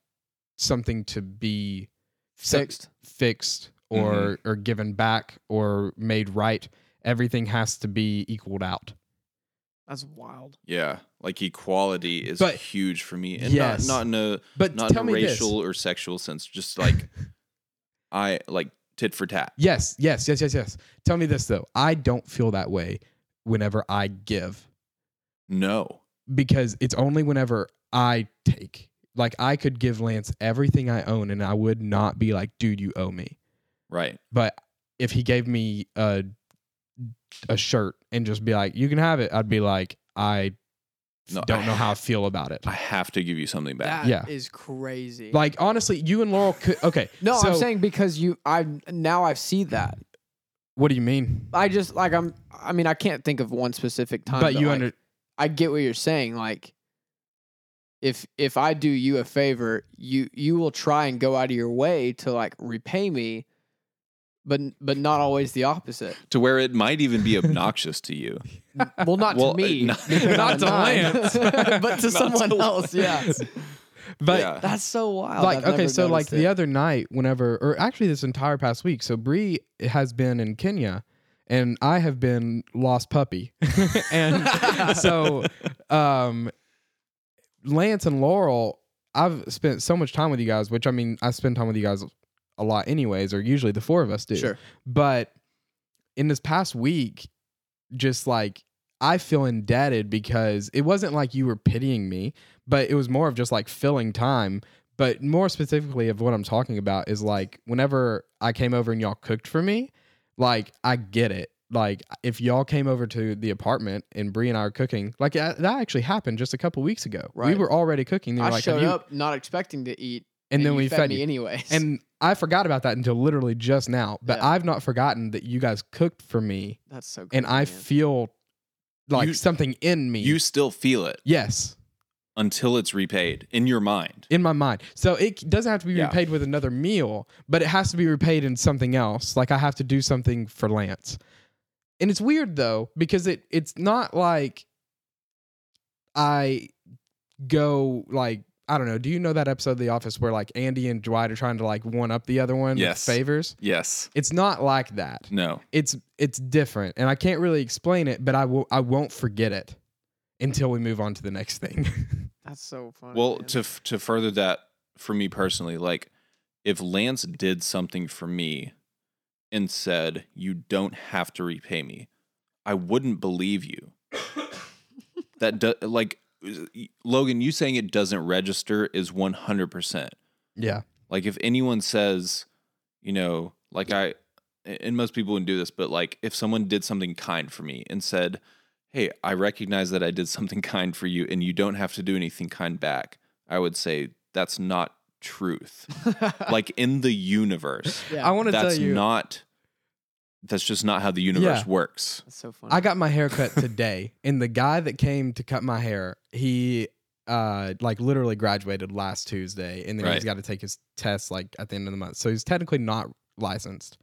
[SPEAKER 2] something to be so-
[SPEAKER 1] Fixed.
[SPEAKER 2] fixed or
[SPEAKER 3] Mm-hmm.
[SPEAKER 2] or given back or made right. Everything has to be equaled out.
[SPEAKER 1] That's wild.
[SPEAKER 3] Yeah. Like equality is
[SPEAKER 2] But-
[SPEAKER 3] huge for me. And
[SPEAKER 2] Yes.
[SPEAKER 3] not, not in
[SPEAKER 2] But
[SPEAKER 3] a not in
[SPEAKER 2] tell
[SPEAKER 3] a
[SPEAKER 2] me
[SPEAKER 3] racial
[SPEAKER 2] this.
[SPEAKER 3] or sexual sense. Just like I like tit for tat.
[SPEAKER 2] Yes, yes, yes, yes, yes. Tell me this though. I don't feel that way whenever I give.
[SPEAKER 3] No.
[SPEAKER 2] because it's only whenever I take. Like I could give Lance everything I own and I would not be like, dude, you owe me.
[SPEAKER 3] Right.
[SPEAKER 2] But if he gave me a a shirt and just be like, you can have it, I'd be like, I
[SPEAKER 3] No,
[SPEAKER 2] don't
[SPEAKER 3] I
[SPEAKER 2] know how I
[SPEAKER 3] have-
[SPEAKER 2] feel about it.
[SPEAKER 3] I have to give you something back.
[SPEAKER 1] That is
[SPEAKER 2] Yeah.
[SPEAKER 1] crazy.
[SPEAKER 2] Like honestly, you and Laurel could okay.
[SPEAKER 1] no,
[SPEAKER 2] so-
[SPEAKER 1] I'm saying because you, I now I see that.
[SPEAKER 2] what do you mean?
[SPEAKER 1] I just like I'm. I mean, I can't think of one specific time.
[SPEAKER 2] but you
[SPEAKER 1] like,
[SPEAKER 2] under
[SPEAKER 1] I get what you're saying. Like, if if I do you a favor, you you will try and go out of your way to like repay me, but but not always the opposite.
[SPEAKER 3] To where it might even be obnoxious to you.
[SPEAKER 1] Well, not
[SPEAKER 3] Well,
[SPEAKER 1] to me,
[SPEAKER 3] not-
[SPEAKER 1] because
[SPEAKER 2] uh, Not
[SPEAKER 1] I'm
[SPEAKER 2] to
[SPEAKER 1] a nine.
[SPEAKER 2] Lance.
[SPEAKER 1] but to
[SPEAKER 3] Not
[SPEAKER 1] someone
[SPEAKER 3] to
[SPEAKER 1] else. Yeah,
[SPEAKER 3] Lance.
[SPEAKER 2] but
[SPEAKER 3] yeah.
[SPEAKER 1] that's so wild.
[SPEAKER 2] like
[SPEAKER 1] I've
[SPEAKER 2] okay
[SPEAKER 1] never
[SPEAKER 2] so like
[SPEAKER 1] noticed
[SPEAKER 2] the
[SPEAKER 1] it.
[SPEAKER 2] other night whenever or actually this entire past week so Bree has been in Kenya and I have been lost puppy and so um Lance and Laurel I've spent so much time with you guys which I mean I spend time with you guys a lot anyways or usually the four of us do
[SPEAKER 1] sure.
[SPEAKER 2] but in this past week just like I feel indebted because it wasn't like you were pitying me, but it was more of just like filling time. But more specifically, of what I'm talking about is like whenever I came over and y'all cooked for me, like I get it. Like if y'all came over to the apartment and Bree and I are cooking, like that that actually happened just a couple weeks ago. We
[SPEAKER 1] Right.
[SPEAKER 2] were already cooking. They were
[SPEAKER 1] I
[SPEAKER 2] like, "Have
[SPEAKER 1] showed
[SPEAKER 2] you-"
[SPEAKER 1] up not expecting to eat,
[SPEAKER 2] and, then
[SPEAKER 1] you
[SPEAKER 2] we
[SPEAKER 1] fed,
[SPEAKER 2] fed
[SPEAKER 1] me
[SPEAKER 2] you.
[SPEAKER 1] anyways.
[SPEAKER 2] And I forgot about that until literally just now. But
[SPEAKER 1] Yeah.
[SPEAKER 2] I've not forgotten that you guys cooked for me
[SPEAKER 1] that's so.
[SPEAKER 2] and I
[SPEAKER 1] crazy, man.
[SPEAKER 2] feel like
[SPEAKER 3] You-
[SPEAKER 2] something in me.
[SPEAKER 3] You still feel it
[SPEAKER 2] yes,
[SPEAKER 3] until it's repaid in your mind.
[SPEAKER 2] in my mind. So it doesn't have to be
[SPEAKER 3] Yeah.
[SPEAKER 2] repaid with another meal, but it has to be repaid in something else. Like I have to do something for Lance. And it's weird though because it it's not like I go like I don't know. Do you know that episode of The Office where like Andy and Dwight are trying to like one up the other one
[SPEAKER 3] Yes.
[SPEAKER 2] with favors?
[SPEAKER 3] Yes.
[SPEAKER 2] It's not like that.
[SPEAKER 3] No.
[SPEAKER 2] it's it's different and i can't really explain it but i will i won't forget it until we move on to the next thing
[SPEAKER 1] that's so funny.
[SPEAKER 3] Well,
[SPEAKER 1] man.
[SPEAKER 3] to f- to further that for me personally, like if Lance did something for me and said, "You don't have to repay me," I wouldn't believe you. that do- like Logan, you saying it doesn't register is one hundred percent.
[SPEAKER 2] yeah
[SPEAKER 3] Like if anyone says, you know, like I and most people wouldn't do this, but like if someone did something kind for me and said, "Hey, I recognize that I did something kind for you and you don't have to do anything kind back." I would say that's not truth. like in the universe.
[SPEAKER 1] yeah,
[SPEAKER 2] i want to tell
[SPEAKER 3] That's
[SPEAKER 2] you
[SPEAKER 3] not that's just not how the universe
[SPEAKER 2] Yeah.
[SPEAKER 3] works.
[SPEAKER 1] that's so funny.
[SPEAKER 2] i got my hair cut today and the guy that came to cut my hair he uh like literally graduated last tuesday and then he's
[SPEAKER 3] Right.
[SPEAKER 2] got to take his test like at the end of the month so he's technically not licensed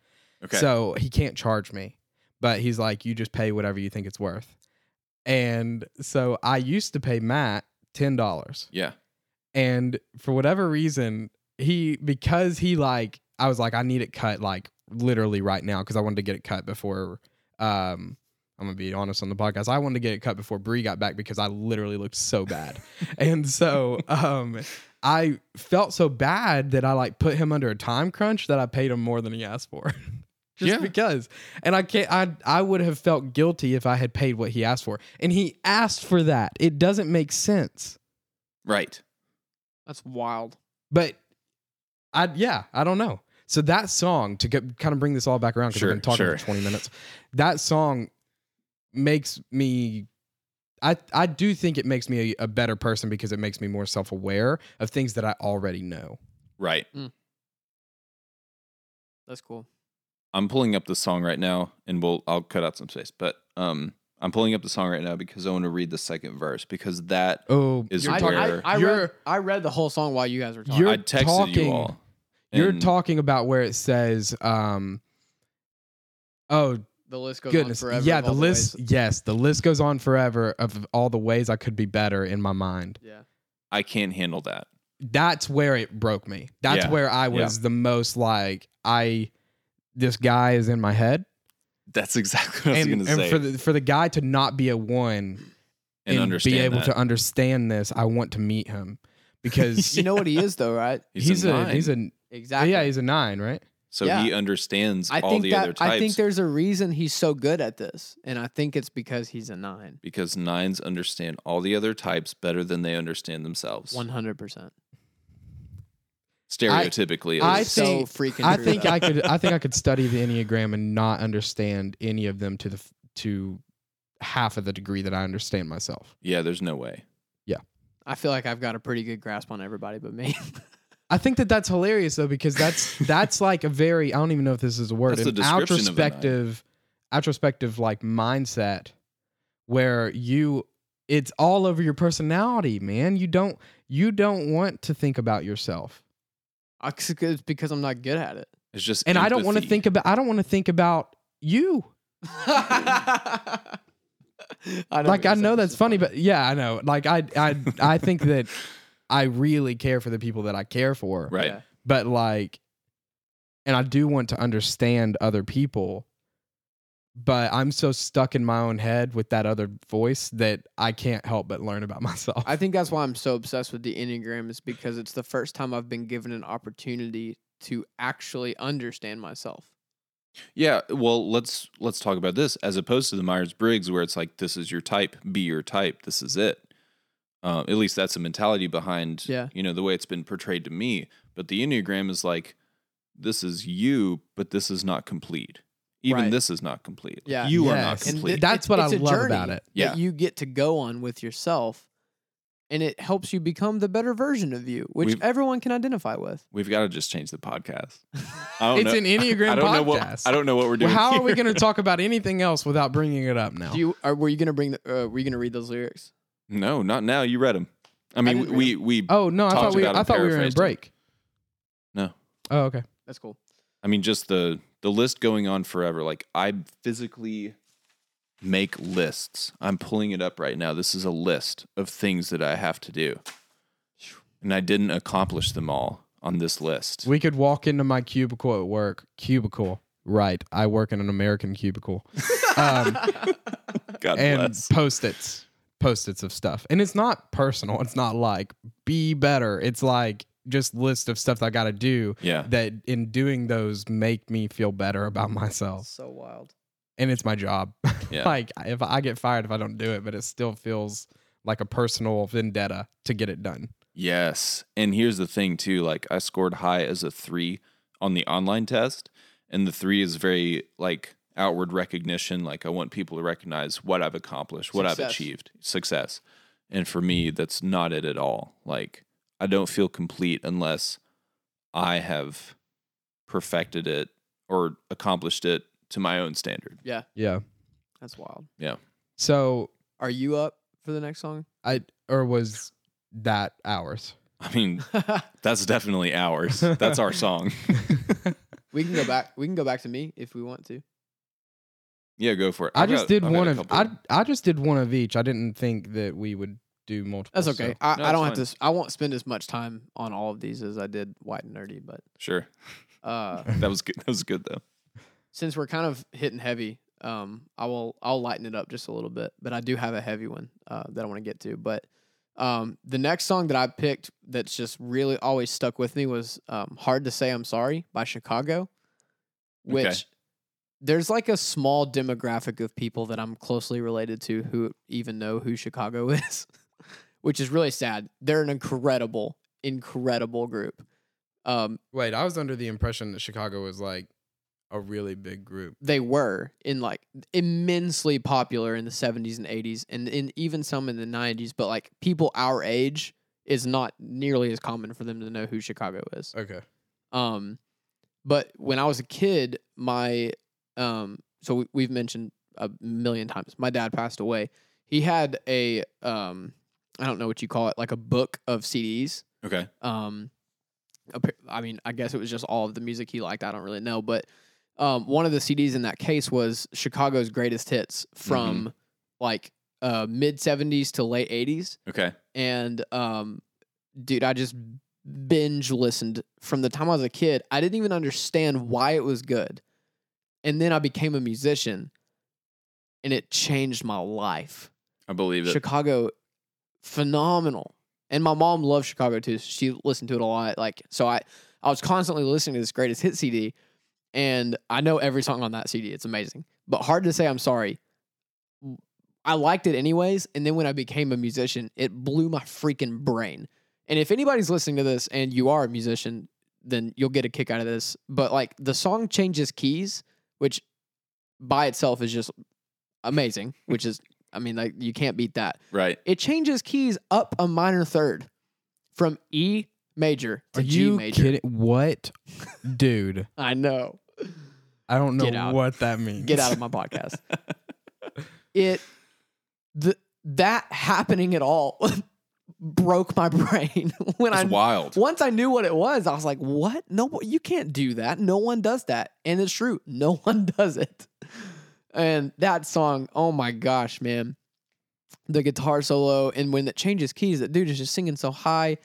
[SPEAKER 3] Okay.
[SPEAKER 2] So he can't charge me, but he's like, you just pay whatever you think it's worth. And so I used to pay Matt ten dollars,
[SPEAKER 3] yeah.
[SPEAKER 2] and for whatever reason, he because he like I was like I need it cut like literally right now because I wanted to get it cut before. Um, I'm gonna be honest on the podcast. I wanted to get it cut before Bree got back because I literally looked so bad, and so um, I felt so bad that I like put him under a time crunch that I paid him more than he asked for. Just
[SPEAKER 3] Yeah.
[SPEAKER 2] because, and I can't. I I would have felt guilty if I had paid what he asked for, and he asked for that. It doesn't make sense.
[SPEAKER 3] Right.
[SPEAKER 1] That's wild.
[SPEAKER 2] But I yeah, I don't know. So that song to get, kind of bring this all back around because
[SPEAKER 3] Sure,
[SPEAKER 2] I've been talking
[SPEAKER 3] sure.
[SPEAKER 2] for 20 minutes. That song makes me I I do think it makes me a, a better person because it makes me more self-aware of things that I already know.
[SPEAKER 3] Right.
[SPEAKER 1] That's cool.
[SPEAKER 3] I'm pulling up the song right now, and we'll I'll cut out some space, but um, I'm pulling up the song right now because I want to read the second verse because that
[SPEAKER 2] Oh,
[SPEAKER 3] is
[SPEAKER 1] I,
[SPEAKER 3] where
[SPEAKER 1] I, I read,
[SPEAKER 2] You're-
[SPEAKER 1] I read the whole song while you guys were talking.
[SPEAKER 2] you're
[SPEAKER 3] I texted
[SPEAKER 2] talking-
[SPEAKER 3] you all.
[SPEAKER 2] you're
[SPEAKER 3] and-
[SPEAKER 2] talking about where it says um Oh
[SPEAKER 1] the list goes
[SPEAKER 2] goodness.
[SPEAKER 1] on forever.
[SPEAKER 2] yeah,
[SPEAKER 1] of
[SPEAKER 2] the
[SPEAKER 1] all
[SPEAKER 2] list
[SPEAKER 1] ways.
[SPEAKER 2] yes, the list goes on forever of all the ways I could be better in my mind.
[SPEAKER 1] Yeah.
[SPEAKER 3] I can't handle that.
[SPEAKER 2] that's where it broke me. That's
[SPEAKER 3] Yeah.
[SPEAKER 2] where I was the most like I this guy is in my head.
[SPEAKER 3] That's exactly what I was
[SPEAKER 2] and
[SPEAKER 3] going to
[SPEAKER 2] and
[SPEAKER 3] say.
[SPEAKER 2] for the for the guy to not be a one
[SPEAKER 3] and
[SPEAKER 2] and,
[SPEAKER 3] understand
[SPEAKER 2] be able
[SPEAKER 3] that.
[SPEAKER 2] to understand this, I want to meet him because
[SPEAKER 1] You know what he is though, right?
[SPEAKER 3] He's a nine.
[SPEAKER 2] he's a
[SPEAKER 1] Exactly.
[SPEAKER 2] yeah, he's a 9, right?
[SPEAKER 3] so
[SPEAKER 1] yeah.
[SPEAKER 3] he understands
[SPEAKER 1] I
[SPEAKER 3] all
[SPEAKER 1] think
[SPEAKER 3] the
[SPEAKER 1] that
[SPEAKER 3] other types
[SPEAKER 1] I think there's a reason he's so good at this, and I think it's because he's a nine.
[SPEAKER 3] because nines understand all the other types better than they understand themselves.
[SPEAKER 1] One hundred percent.
[SPEAKER 3] Stereotypically, at
[SPEAKER 2] I
[SPEAKER 3] least.
[SPEAKER 1] So
[SPEAKER 2] think
[SPEAKER 1] freaking.
[SPEAKER 2] I
[SPEAKER 1] true,
[SPEAKER 2] think
[SPEAKER 1] though.
[SPEAKER 2] I could I think I could study the Enneagram and not understand any of them to the f- to half of the degree that I understand myself.
[SPEAKER 3] yeah, there's no way.
[SPEAKER 1] I feel like I've got a pretty good grasp on everybody but me.
[SPEAKER 2] I think that that's hilarious though because that's that's like a very I don't even know if this is a word
[SPEAKER 3] That's the
[SPEAKER 2] an
[SPEAKER 3] description of a nine.
[SPEAKER 2] introspective introspective like mindset where you it's all over your personality man you don't you don't want to think about yourself
[SPEAKER 1] I- it's because I'm not good at it.
[SPEAKER 3] It's just
[SPEAKER 2] and I don't want to
[SPEAKER 3] empathy.
[SPEAKER 2] think about I don't want to think about you
[SPEAKER 1] I know what
[SPEAKER 2] like
[SPEAKER 1] you're
[SPEAKER 2] I know
[SPEAKER 1] saying.
[SPEAKER 2] that's
[SPEAKER 1] It's
[SPEAKER 2] funny, but yeah I know like I I I think that I really care for the people that I care for
[SPEAKER 3] right.
[SPEAKER 1] Yeah.
[SPEAKER 2] but like and i do want to understand other people but i'm so stuck in my own head with that other voice that i can't help but learn about myself
[SPEAKER 1] I think that's why I'm so obsessed with the Enneagram is because it's the first time I've been given an opportunity to actually understand myself.
[SPEAKER 3] Yeah, well, let's let's talk about this as opposed to the Myers Briggs, where it's like this is your type, be your type, this is it. Um, at least that's the mentality behind,
[SPEAKER 1] Yeah.
[SPEAKER 3] you know, the way it's been portrayed to me. But the Enneagram is like, this is you, but this is not complete. Even
[SPEAKER 1] Right.
[SPEAKER 3] this is not complete.
[SPEAKER 1] Yeah.
[SPEAKER 3] you are not
[SPEAKER 2] Yes. And
[SPEAKER 3] complete.
[SPEAKER 2] th- That's what I
[SPEAKER 1] a
[SPEAKER 2] love about
[SPEAKER 1] that
[SPEAKER 2] it.
[SPEAKER 3] Yeah.
[SPEAKER 1] you get to go on with yourself, and it helps you become the better version of you, which
[SPEAKER 3] We've-
[SPEAKER 1] everyone can identify with.
[SPEAKER 3] We've got to just change the podcast. I don't
[SPEAKER 2] It's
[SPEAKER 3] know-
[SPEAKER 2] an Enneagram
[SPEAKER 3] Oh, I don't Know what,
[SPEAKER 2] podcast.
[SPEAKER 3] I don't know what we're
[SPEAKER 2] well,
[SPEAKER 3] doing.
[SPEAKER 2] how are
[SPEAKER 3] here.
[SPEAKER 2] we going to talk about anything else without bringing it up now
[SPEAKER 1] Do you are, were you gonna bring the, uh, were you gonna read those lyrics?
[SPEAKER 3] No, not now. You read them. I mean,
[SPEAKER 1] didn't read
[SPEAKER 3] we we.
[SPEAKER 2] oh no i
[SPEAKER 3] Talked
[SPEAKER 2] thought we
[SPEAKER 3] about it,
[SPEAKER 2] i thought we were in a
[SPEAKER 3] paraphrased it.
[SPEAKER 2] break
[SPEAKER 3] No.
[SPEAKER 2] oh okay
[SPEAKER 1] That's cool.
[SPEAKER 3] I mean, just the the list going on forever. Like I physically make lists. I'm pulling it up right now. This is a list of things that I have to do, and I didn't accomplish them all on this list.
[SPEAKER 2] we could walk into my cubicle at work cubicle right i work in an american cubicle um,
[SPEAKER 3] God
[SPEAKER 2] and
[SPEAKER 3] bless.
[SPEAKER 2] post-its post-its of stuff and it's not personal it's not like be better it's like just list of stuff that i gotta do
[SPEAKER 3] Yeah,
[SPEAKER 2] that in doing those make me feel better about myself
[SPEAKER 1] So wild.
[SPEAKER 2] and it's my job
[SPEAKER 3] Yeah.
[SPEAKER 2] like if i get fired if i don't do it but it still feels like a personal vendetta to get it done
[SPEAKER 3] Yes. And here's the thing too, like I scored high as a 3 on the online test, and the 3 is very like outward recognition, like I want people to recognize what I've accomplished, what I've
[SPEAKER 1] Success.
[SPEAKER 3] achieved, success. And for me, that's not it at all. Like I don't feel complete unless I have perfected it or accomplished it to my own standard.
[SPEAKER 2] yeah
[SPEAKER 1] That's wild.
[SPEAKER 2] so
[SPEAKER 1] Are you up for the next song?
[SPEAKER 2] i or was that ours
[SPEAKER 3] I mean, that's definitely ours. That's our song.
[SPEAKER 1] we can go back. We can go back to me if we want to.
[SPEAKER 3] Yeah, go for it.
[SPEAKER 2] i
[SPEAKER 3] I've
[SPEAKER 2] just
[SPEAKER 3] got-
[SPEAKER 2] did
[SPEAKER 3] I've got
[SPEAKER 2] one
[SPEAKER 3] a
[SPEAKER 2] of
[SPEAKER 3] couple.
[SPEAKER 2] I, I just did one of each i didn't think that we would do multiple
[SPEAKER 1] That's
[SPEAKER 2] so-
[SPEAKER 1] okay. I,
[SPEAKER 3] No,
[SPEAKER 1] I
[SPEAKER 3] it's
[SPEAKER 1] don't have
[SPEAKER 3] fine.
[SPEAKER 1] to. s- I won't spend as much time on all of these as I did white and nerdy. But
[SPEAKER 3] Sure.
[SPEAKER 1] uh,
[SPEAKER 3] That was good. That was good though.
[SPEAKER 1] since we're kind of hitting heavy, um, I will I'll lighten it up just a little bit. But I do have a heavy one uh, that I want to get to. But um, the next song that I picked that's just really always stuck with me was um, "Hard to Say I'm Sorry" by Chicago, which.
[SPEAKER 3] Okay.
[SPEAKER 1] There's like a small demographic of people that I'm closely related to who even know who Chicago is, which is really sad. They're an incredible, incredible group. Um,
[SPEAKER 2] Wait, I was under the impression that Chicago was like a really big group.
[SPEAKER 1] they were in like immensely popular in the 70s and 80s and in even some in the 90s but like people our age is not nearly as common for them to know who chicago is
[SPEAKER 2] Okay.
[SPEAKER 1] um but when i was a kid my um so we, we've mentioned a million times my dad passed away he had a um i don't know what you call it like a book of cds
[SPEAKER 3] Okay.
[SPEAKER 1] um appa- i mean i guess it was just all of the music he liked i don't really know but um one of the cds in that case was chicago's greatest hits from like uh mid 70s to late 80s
[SPEAKER 3] Okay.
[SPEAKER 1] and um dude i just binge listened from the time i was a kid i didn't even understand why it was good and then i became a musician and it changed my life
[SPEAKER 3] I believe it.
[SPEAKER 1] Chicago, phenomenal. And my mom loves Chicago too. so she listened to it a lot. Like so, I I was constantly listening to this greatest hit CD, and I know every song on that CD. It's amazing, but hard to say I'm sorry. I liked it anyways, and then when I became a musician, it blew my freaking brain. And if anybody's listening to this and you are a musician, then you'll get a kick out of this. But like the song changes keys, which by itself is just amazing, which is I mean, like you can't beat that.
[SPEAKER 3] right.
[SPEAKER 1] It changes keys up a minor third from E major to
[SPEAKER 2] Are
[SPEAKER 1] G
[SPEAKER 2] you
[SPEAKER 1] major.
[SPEAKER 2] kidding? What, dude?
[SPEAKER 1] I know.
[SPEAKER 2] I don't
[SPEAKER 1] Get out.
[SPEAKER 2] know what that means.
[SPEAKER 1] Get out of my podcast. it the that happening at all broke my brain when
[SPEAKER 3] It's
[SPEAKER 1] I
[SPEAKER 3] wild.
[SPEAKER 1] once I knew what it was, I was like, "What? No, you can't do that. No one does that." And it's true, no one does it. And that song, oh my gosh, man, the guitar solo, and when it changes keys, that dude is just singing so high,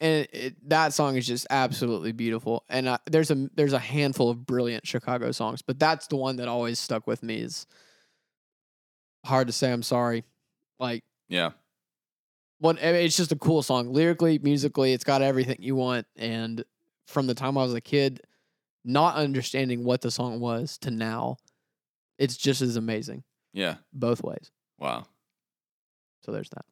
[SPEAKER 1] and it, that song is just absolutely beautiful. And I, there's a there's a handful of brilliant Chicago songs, but that's the one that always stuck with me. Is hard to say. I'm sorry, like
[SPEAKER 3] Yeah.
[SPEAKER 1] one I mean, eh, it's just a cool song lyrically musically it's got everything you want and from the time i was a kid not understanding what the song was to now it's just as amazing
[SPEAKER 3] Yeah.
[SPEAKER 1] both ways
[SPEAKER 3] Wow.
[SPEAKER 1] so there's that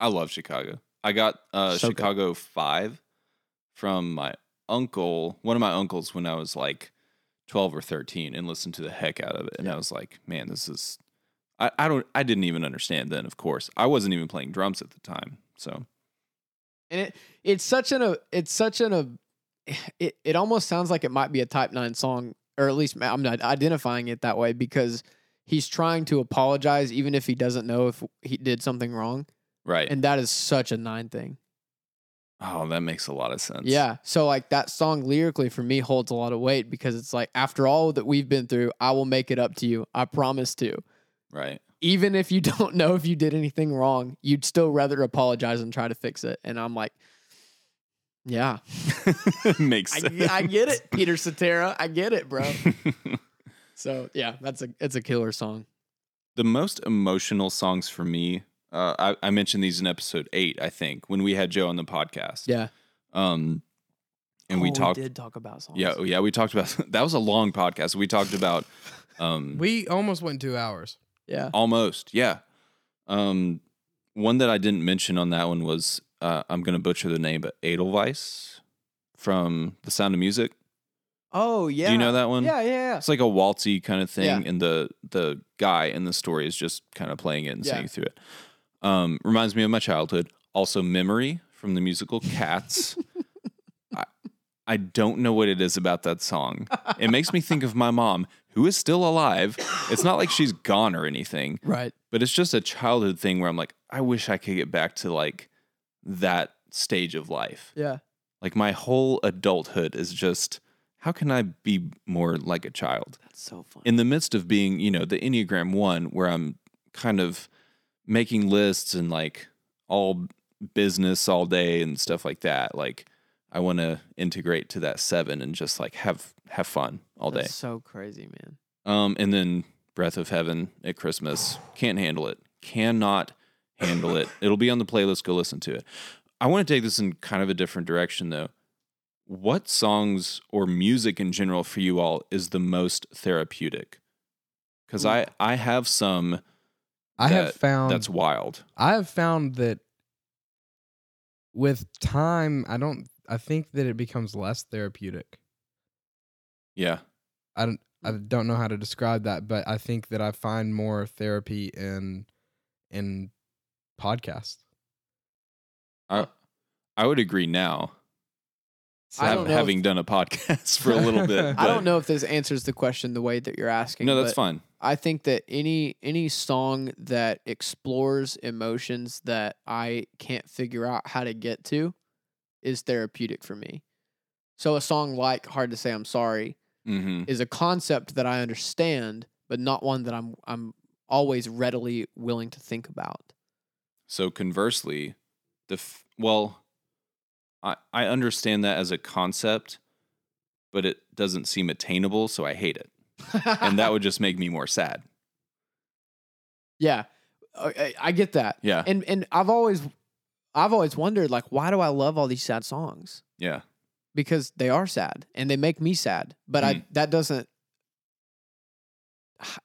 [SPEAKER 3] I love Chicago. I got uh,
[SPEAKER 1] So good.
[SPEAKER 3] Chicago Five from my uncle, one of my uncles, when I was like twelve or thirteen, and listened to the heck out of it. And I was like, man, this is. I, I don't. I didn't even understand then. Of course, I wasn't even playing drums at the time. So
[SPEAKER 1] and it it's such an a it's such an a it, it almost sounds like it might be a type 9 song or at least i'm not identifying it that way because he's trying to apologize even if he doesn't know if he did something wrong
[SPEAKER 3] right.
[SPEAKER 1] and that is such a 9 thing
[SPEAKER 3] oh, that makes a lot of sense.
[SPEAKER 1] Yeah. So like that song lyrically for me holds a lot of weight because it's like after all that we've been through, I will make it up to you. I promise to.
[SPEAKER 3] Right.
[SPEAKER 1] Even if you don't know if you did anything wrong, you'd still rather apologize and try to fix it. And I'm like, yeah,
[SPEAKER 3] makes
[SPEAKER 1] I,
[SPEAKER 3] sense.
[SPEAKER 1] I get it, Peter Cetera. I get it, bro. So yeah, that's a it's a killer song.
[SPEAKER 3] The most emotional songs for me, uh, I, I mentioned these in episode eight, I think, when we had Joe on the podcast.
[SPEAKER 1] Yeah.
[SPEAKER 3] Um, and we
[SPEAKER 1] Oh,
[SPEAKER 3] talked.
[SPEAKER 1] did talk about songs.
[SPEAKER 3] Yeah, oh, yeah, we talked about that was a long podcast. We talked about um
[SPEAKER 2] We almost went two hours.
[SPEAKER 1] Yeah.
[SPEAKER 3] almost, yeah. Um one that I didn't mention on that one was uh I'm going to butcher the name but Edelweiss from The Sound of Music.
[SPEAKER 1] Oh yeah.
[SPEAKER 3] Do you know that one?
[SPEAKER 1] Yeah, yeah, yeah.
[SPEAKER 3] It's like a waltzy kind of thing
[SPEAKER 1] Yeah.
[SPEAKER 3] and the the guy in the story is just kind of playing it and
[SPEAKER 1] Yeah.
[SPEAKER 3] singing through it. Um reminds me of my childhood. Also Memory from the musical Cats. I, I don't know what it is about that song. It makes me think of my mom, who is still alive. It's not like she's gone or anything,
[SPEAKER 1] Right.
[SPEAKER 3] but it's just a childhood thing where I'm like, I wish I could get back to like that stage of life.
[SPEAKER 1] Yeah.
[SPEAKER 3] Like my whole adulthood is just how can I be more like a child?
[SPEAKER 1] That's so funny.
[SPEAKER 3] in the midst of being, you know, the Enneagram one, where I'm kind of making lists and like all business all day and stuff like that, like I want to integrate to that seven and just like have have fun all day.
[SPEAKER 1] That's so crazy, man.
[SPEAKER 3] Um, and then Breath of Heaven at Christmas can't handle it. Cannot handle it. It'll be on the playlist. Go listen to it. I want to take this in kind of a different direction though. What songs or music in general for you
[SPEAKER 1] Hmm.
[SPEAKER 3] all is the most therapeutic? Because I I have some
[SPEAKER 2] I have
[SPEAKER 3] that-
[SPEAKER 2] found
[SPEAKER 1] Um.
[SPEAKER 3] That's wild.
[SPEAKER 2] I have found that with time, I don't. I think that it becomes less therapeutic.
[SPEAKER 3] Yeah.
[SPEAKER 2] I don't. I don't know how to describe that, but I think that I find more therapy in in podcasts.
[SPEAKER 3] I would agree now.
[SPEAKER 1] I don't
[SPEAKER 3] hav-
[SPEAKER 1] know if-
[SPEAKER 3] having done a podcast for a little bit.
[SPEAKER 1] I
[SPEAKER 3] but-
[SPEAKER 1] don't know if this answers the question the way that you're asking.
[SPEAKER 3] No, that's
[SPEAKER 1] but
[SPEAKER 3] fine.
[SPEAKER 1] I think that any any song that explores emotions that I can't figure out how to get to is therapeutic for me. So a song like "Hard to Say I'm Sorry"
[SPEAKER 3] Mm-hmm.
[SPEAKER 1] is a concept that I understand, but not one that I'm I'm always readily willing to think about.
[SPEAKER 3] So conversely, the f- well, I I understand that as a concept, but it doesn't seem attainable, so I hate it, and that would just make me more sad.
[SPEAKER 1] yeah, I, I- I get that,
[SPEAKER 3] Yeah,
[SPEAKER 1] and and I've always I've always wondered like why do I love all these sad songs?
[SPEAKER 3] yeah,
[SPEAKER 1] because they are sad and they make me sad. But I
[SPEAKER 3] Mm.
[SPEAKER 1] that doesn't.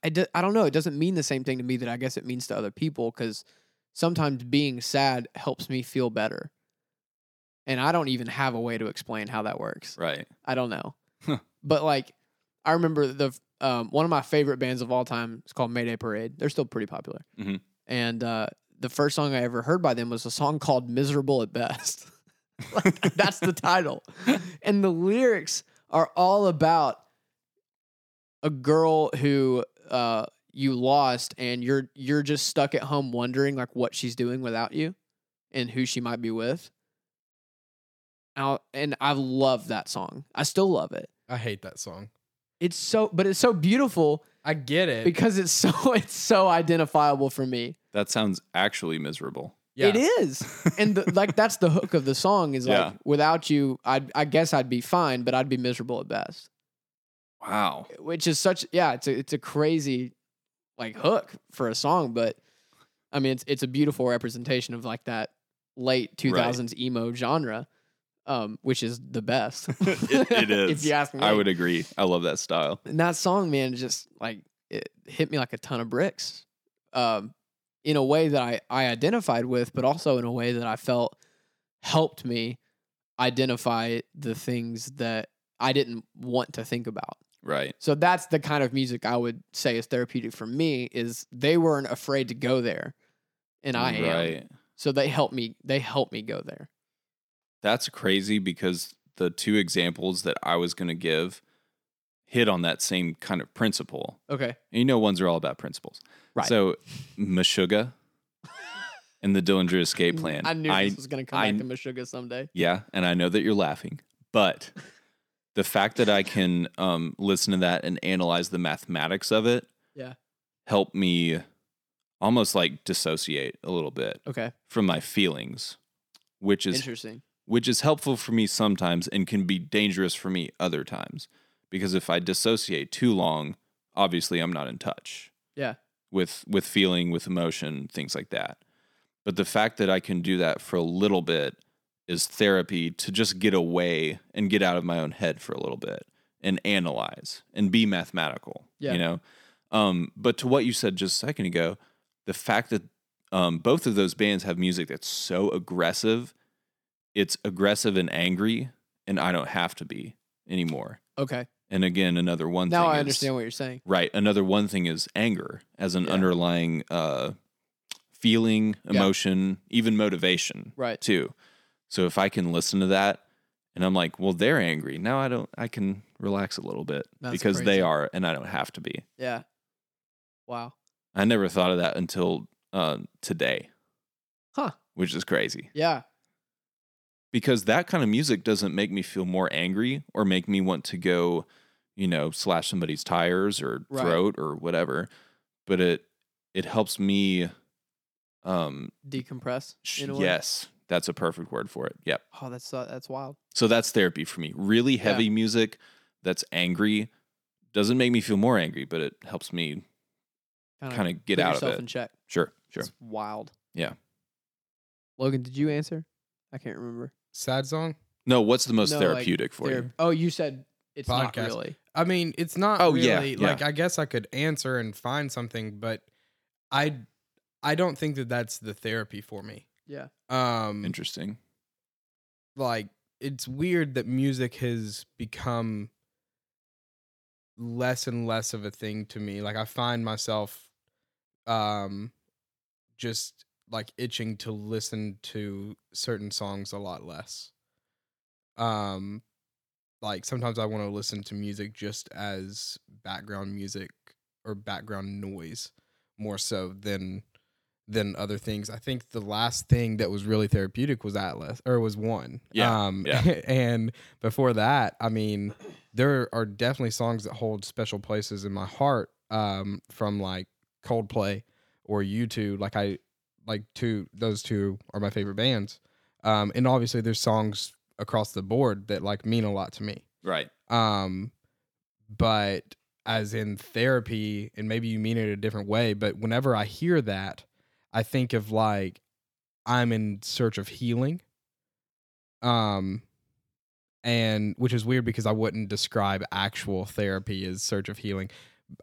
[SPEAKER 1] I, do, I don't know. It doesn't mean the same thing to me that I guess it means to other people because sometimes being sad helps me feel better. And I don't even have a way to explain how that works.
[SPEAKER 3] right.
[SPEAKER 1] I don't know.
[SPEAKER 3] Huh.
[SPEAKER 1] But like, I remember the um, one of my favorite bands of all time is called Mayday Parade. They're still pretty popular.
[SPEAKER 3] Mhm.
[SPEAKER 1] And uh, the first song I ever heard by them was a song called "Miserable at Best." like, that's the title, and the lyrics are all about a girl who uh, you lost, and you're you're just stuck at home wondering like what she's doing without you, and who she might be with. I'll- and I love that song. I still love it.
[SPEAKER 2] I hate that song.
[SPEAKER 1] It's so, but it's so beautiful
[SPEAKER 2] I get it.
[SPEAKER 1] because it's so it's so identifiable for me.
[SPEAKER 3] That sounds actually miserable.
[SPEAKER 2] yeah.
[SPEAKER 1] It is, and the, like that's the hook of the song is like
[SPEAKER 3] Yeah.
[SPEAKER 1] without you, I I guess I'd be fine, but I'd be miserable at best.
[SPEAKER 3] Wow.
[SPEAKER 1] Which is such yeah, it's a it's a crazy like hook for a song, but I mean it's it's a beautiful representation of like that late two thousands emo genre, um, which is the best.
[SPEAKER 3] It- it is.
[SPEAKER 1] if you ask me,
[SPEAKER 3] I would agree. I love that style.
[SPEAKER 1] and that song, man, just like it hit me like a ton of bricks, um, in a way that I I identified with, but also in a way that I felt helped me identify the things that I didn't want to think about.
[SPEAKER 3] Right.
[SPEAKER 1] So that's the kind of music I would say is therapeutic for me. Is they weren't afraid to go there, and I am.
[SPEAKER 3] right.
[SPEAKER 1] So they helped me. They helped me go there.
[SPEAKER 3] That's crazy because the two examples that I was going to give hit on that same kind of principle.
[SPEAKER 1] Okay.
[SPEAKER 3] And you know, ones are all about principles.
[SPEAKER 1] Right.
[SPEAKER 3] So, Meshuggah and the Dillinger Escape Plan.
[SPEAKER 1] Mm, I knew this was gonna come
[SPEAKER 3] I-
[SPEAKER 1] back to Meshuggah someday.
[SPEAKER 3] yeah, and I know that you're laughing, but the fact that I can um, listen to that and analyze the mathematics of it,
[SPEAKER 1] Yeah.
[SPEAKER 3] help me almost like dissociate a little bit
[SPEAKER 1] Okay.
[SPEAKER 3] from my feelings, which is
[SPEAKER 1] Interesting.
[SPEAKER 3] which is helpful for me sometimes and can be dangerous for me other times. Because if I dissociate too long, obviously I'm not in touch.
[SPEAKER 1] Yeah.
[SPEAKER 3] With with feeling, with emotion, things like that. But the fact that I can do that for a little bit is therapy to just get away and get out of my own head for a little bit and analyze and be mathematical.
[SPEAKER 1] Yeah.
[SPEAKER 3] You know? Um, but to what you said just a second ago, the fact that um, both of those bands have music that's so aggressive, it's aggressive and angry, and I don't have to be anymore.
[SPEAKER 1] Okay.
[SPEAKER 3] And again, another one
[SPEAKER 1] Now
[SPEAKER 3] thing
[SPEAKER 1] I
[SPEAKER 3] is-
[SPEAKER 1] understand what you're saying.
[SPEAKER 3] right. Another one thing is anger as an
[SPEAKER 1] Yeah.
[SPEAKER 3] underlying uh, feeling,
[SPEAKER 1] Yeah.
[SPEAKER 3] emotion, even motivation
[SPEAKER 1] Right.
[SPEAKER 3] too. So if I can listen to that and I'm like, well, they're angry. Now I don't I can relax a little bit
[SPEAKER 1] That's
[SPEAKER 3] because
[SPEAKER 1] crazy.
[SPEAKER 3] they are and I don't have to be.
[SPEAKER 1] Yeah. Wow.
[SPEAKER 3] I never thought of that until uh, today.
[SPEAKER 1] Huh.
[SPEAKER 3] Which is crazy.
[SPEAKER 1] Yeah.
[SPEAKER 3] because that kind of music doesn't make me feel more angry or make me want to go, you know, slash somebody's tires or
[SPEAKER 1] Right.
[SPEAKER 3] throat or whatever. But it it helps me. Um.
[SPEAKER 1] Decompress.
[SPEAKER 3] sh-
[SPEAKER 1] In a way.
[SPEAKER 3] yes, that's a perfect word for it. Yep.
[SPEAKER 1] Oh, that's uh, that's wild.
[SPEAKER 3] So that's therapy for me. Really heavy music that's angry doesn't make me feel more angry, but it helps me kind of get out of
[SPEAKER 1] yourself
[SPEAKER 3] it.
[SPEAKER 1] in check.
[SPEAKER 3] sure. Sure.
[SPEAKER 1] It's wild.
[SPEAKER 3] Yeah.
[SPEAKER 1] Logan, did you answer? I can't remember.
[SPEAKER 2] sad song.
[SPEAKER 3] No. What's the most
[SPEAKER 1] No, like,
[SPEAKER 3] therapeutic for
[SPEAKER 1] There-
[SPEAKER 3] you?
[SPEAKER 1] Oh, you said it's not
[SPEAKER 2] Podcast.
[SPEAKER 1] really.
[SPEAKER 2] I mean, it's not
[SPEAKER 3] Oh, yeah,
[SPEAKER 2] really
[SPEAKER 3] yeah.
[SPEAKER 2] like I guess I could answer and find something, but I I don't think that that's the therapy for me.
[SPEAKER 1] Yeah.
[SPEAKER 2] Um,
[SPEAKER 3] Interesting.
[SPEAKER 2] like it's weird that music has become less and less of a thing to me like i find myself um just like itching to listen to certain songs a lot less um like sometimes i want to listen to music just as background music or background noise more so than than other things. I think the last thing that was really therapeutic was Atlas or was one.
[SPEAKER 3] Yeah,
[SPEAKER 2] Um
[SPEAKER 3] yeah.
[SPEAKER 2] and before that, I mean, there are definitely songs that hold special places in my heart um from like Coldplay or U2. Like I like two those two are my favorite bands. Um and obviously there's songs across the board that like mean a lot to me
[SPEAKER 3] Right.
[SPEAKER 2] um but as in therapy and maybe you mean it a different way but whenever i hear that i think of like i'm in search of healing um and which is weird because i wouldn't describe actual therapy as search of healing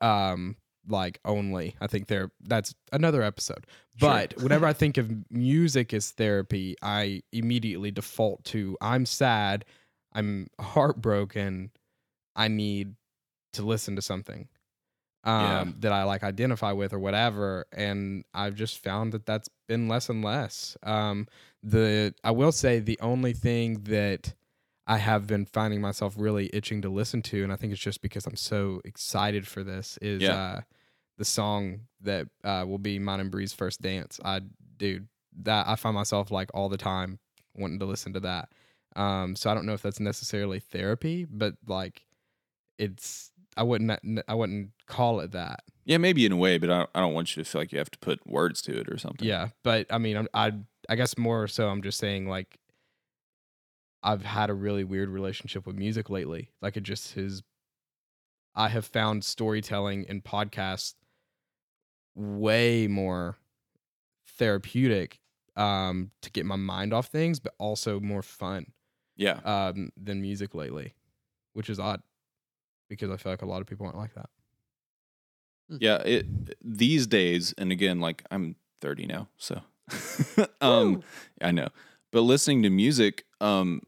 [SPEAKER 2] um like only i think there that's another episode
[SPEAKER 3] Sure.
[SPEAKER 2] but whenever i think of music as therapy i immediately default to i'm sad i'm heartbroken i need to listen to something um
[SPEAKER 3] Yeah.
[SPEAKER 2] that i like identify with or whatever and i've just found that that's been less and less um the i will say the only thing that I have been finding myself really itching to listen to, and I think it's just because I'm so excited for this. Is
[SPEAKER 3] Yeah.
[SPEAKER 2] uh, the song that uh, will be Mine and Bree's first dance? I dude, that I find myself like all the time wanting to listen to that. Um, so I don't know if that's necessarily therapy, but like, it's I wouldn't I wouldn't call it that.
[SPEAKER 3] Yeah, maybe in a way, but I I don't want you to feel like you have to put words to it or something.
[SPEAKER 2] Yeah, but I mean, I'm, I I guess more so, I'm just saying like I've had a really weird relationship with music lately. Like it just is. I have found storytelling and podcasts way more therapeutic um, to get my mind off things, but also more fun
[SPEAKER 3] Yeah.
[SPEAKER 2] um, than music lately, which is odd because I feel like a lot of people aren't like that.
[SPEAKER 3] Yeah, it these days, and again, like I'm 30 now, so um, I know. But listening to music, um,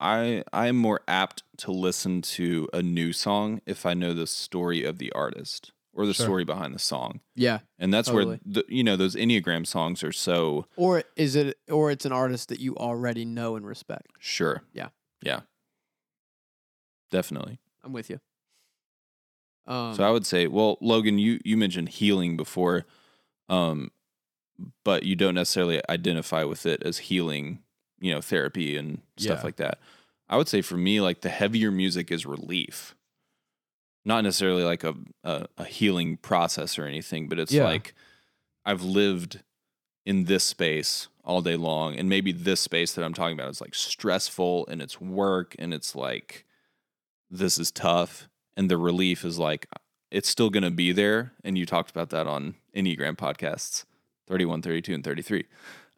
[SPEAKER 3] I I am more apt to listen to a new song if I know the story of the artist or the
[SPEAKER 2] Sure.
[SPEAKER 3] story behind the song,
[SPEAKER 1] Yeah.
[SPEAKER 3] and that's where
[SPEAKER 1] Totally.
[SPEAKER 3] the, you know those enneagram songs are so
[SPEAKER 1] Or is it or it's an artist that you already know and respect.
[SPEAKER 3] sure.
[SPEAKER 1] Yeah.
[SPEAKER 3] yeah, definitely.
[SPEAKER 1] I'm with you. Um
[SPEAKER 3] So I would say, well, Logan, you you mentioned healing before, um, but you don't necessarily identify with it as healing, you know, therapy and stuff
[SPEAKER 2] Yeah.
[SPEAKER 3] like that. I would say for me, like the heavier music is relief, not necessarily like a a, a healing process or anything, but it's
[SPEAKER 2] Yeah.
[SPEAKER 3] like I've lived in this space all day long, and maybe this space that I'm talking about is like stressful and it's work and it's like this is tough and the relief is like it's still going to be there and you talked about that on enneagram podcasts 31 32 and 33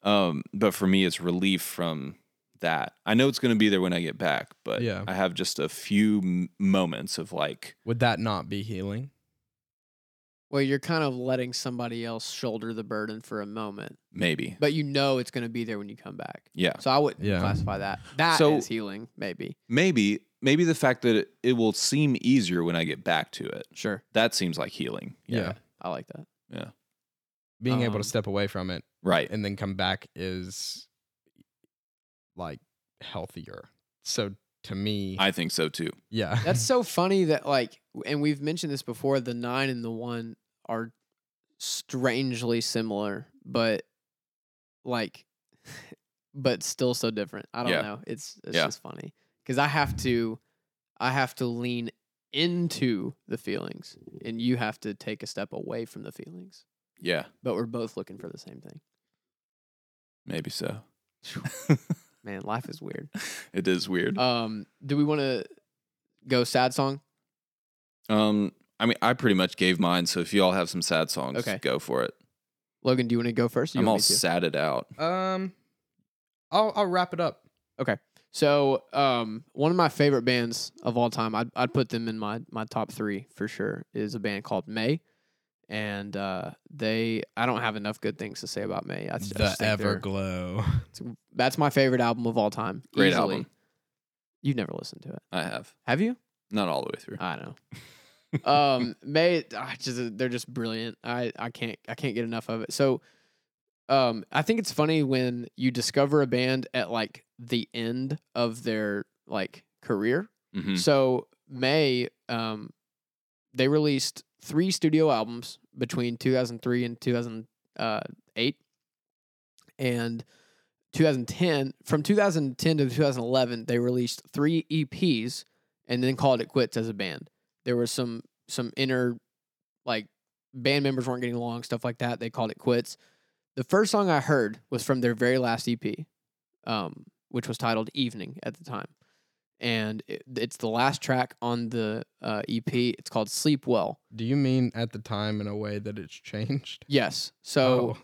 [SPEAKER 3] um, but for me it's relief from that i know it's going to be there when i get back but
[SPEAKER 2] Yeah.
[SPEAKER 3] i have just a few m- moments of like
[SPEAKER 2] Would that not be healing?
[SPEAKER 1] well, you're kind of letting somebody else shoulder the burden for a moment,
[SPEAKER 3] maybe
[SPEAKER 1] but you know it's going to be there when you come back.
[SPEAKER 3] yeah
[SPEAKER 1] So I wouldn't
[SPEAKER 2] Yeah.
[SPEAKER 1] classify that. That is
[SPEAKER 3] So-
[SPEAKER 1] healing, maybe.
[SPEAKER 3] maybe maybe the fact that it, it will seem easier when i get back to it
[SPEAKER 1] Sure.
[SPEAKER 3] that seems like healing
[SPEAKER 2] Yeah.
[SPEAKER 1] I like that.
[SPEAKER 2] Being able
[SPEAKER 1] Um,
[SPEAKER 2] to step away from it
[SPEAKER 3] right
[SPEAKER 2] and then come back is like healthier. So to me,
[SPEAKER 3] i think so too
[SPEAKER 2] yeah,
[SPEAKER 1] That's so funny that like, and we've mentioned this before. The nine and the one are strangely similar, but like, but still so different. I don't
[SPEAKER 3] Yeah.
[SPEAKER 1] know. It's it's
[SPEAKER 3] Yeah.
[SPEAKER 1] just funny because I have to, I have to lean into the feelings, and you have to take a step away from the feelings.
[SPEAKER 3] yeah
[SPEAKER 1] But we're both looking for the same thing.
[SPEAKER 3] maybe so
[SPEAKER 1] Man, life is weird.
[SPEAKER 3] it is weird
[SPEAKER 1] Um, do we want to go sad song?
[SPEAKER 3] Um, I mean, I pretty much gave mine. So if you all have some sad songs,
[SPEAKER 1] Okay.
[SPEAKER 3] go for it.
[SPEAKER 1] Logan, do you want to go first? or you
[SPEAKER 3] I'm
[SPEAKER 1] want
[SPEAKER 3] all
[SPEAKER 1] me to?
[SPEAKER 3] sadded out.
[SPEAKER 2] um, I'll I'll wrap it up.
[SPEAKER 1] So, um, one of my favorite bands of all time, I'd, I'd put them in my, my top three for sure, is a band called May. and uh, they I don't have enough good things to say about May. I, th- I
[SPEAKER 2] the
[SPEAKER 1] just think they're-
[SPEAKER 2] Everglow.
[SPEAKER 1] it's- that's my favorite album of all time.
[SPEAKER 3] Great
[SPEAKER 1] easily.
[SPEAKER 3] album.
[SPEAKER 1] You've never listened to it,
[SPEAKER 3] I have
[SPEAKER 1] have you?
[SPEAKER 3] not all the way through.
[SPEAKER 1] I don't know. um, May ah, just they're just brilliant. I I can't I can't get enough of it. So, um, I think it's funny when you discover a band at like the end of their like career.
[SPEAKER 3] Mhm.
[SPEAKER 1] So May, um, they released three studio albums between 2003 and 2008, and 2010. From 2010 to 2011, they released three EPs and then called it quits as a band. There was some some inner like band members weren't getting along, stuff like that. They called it quits. The first song I heard was from their very last EP, um, which was titled "Evening" at the time and it, it's the last track on the uh, EP. It's called Sleep Well.
[SPEAKER 2] Do you mean at the time in a way that it's changed? Oh.
[SPEAKER 1] Yes. So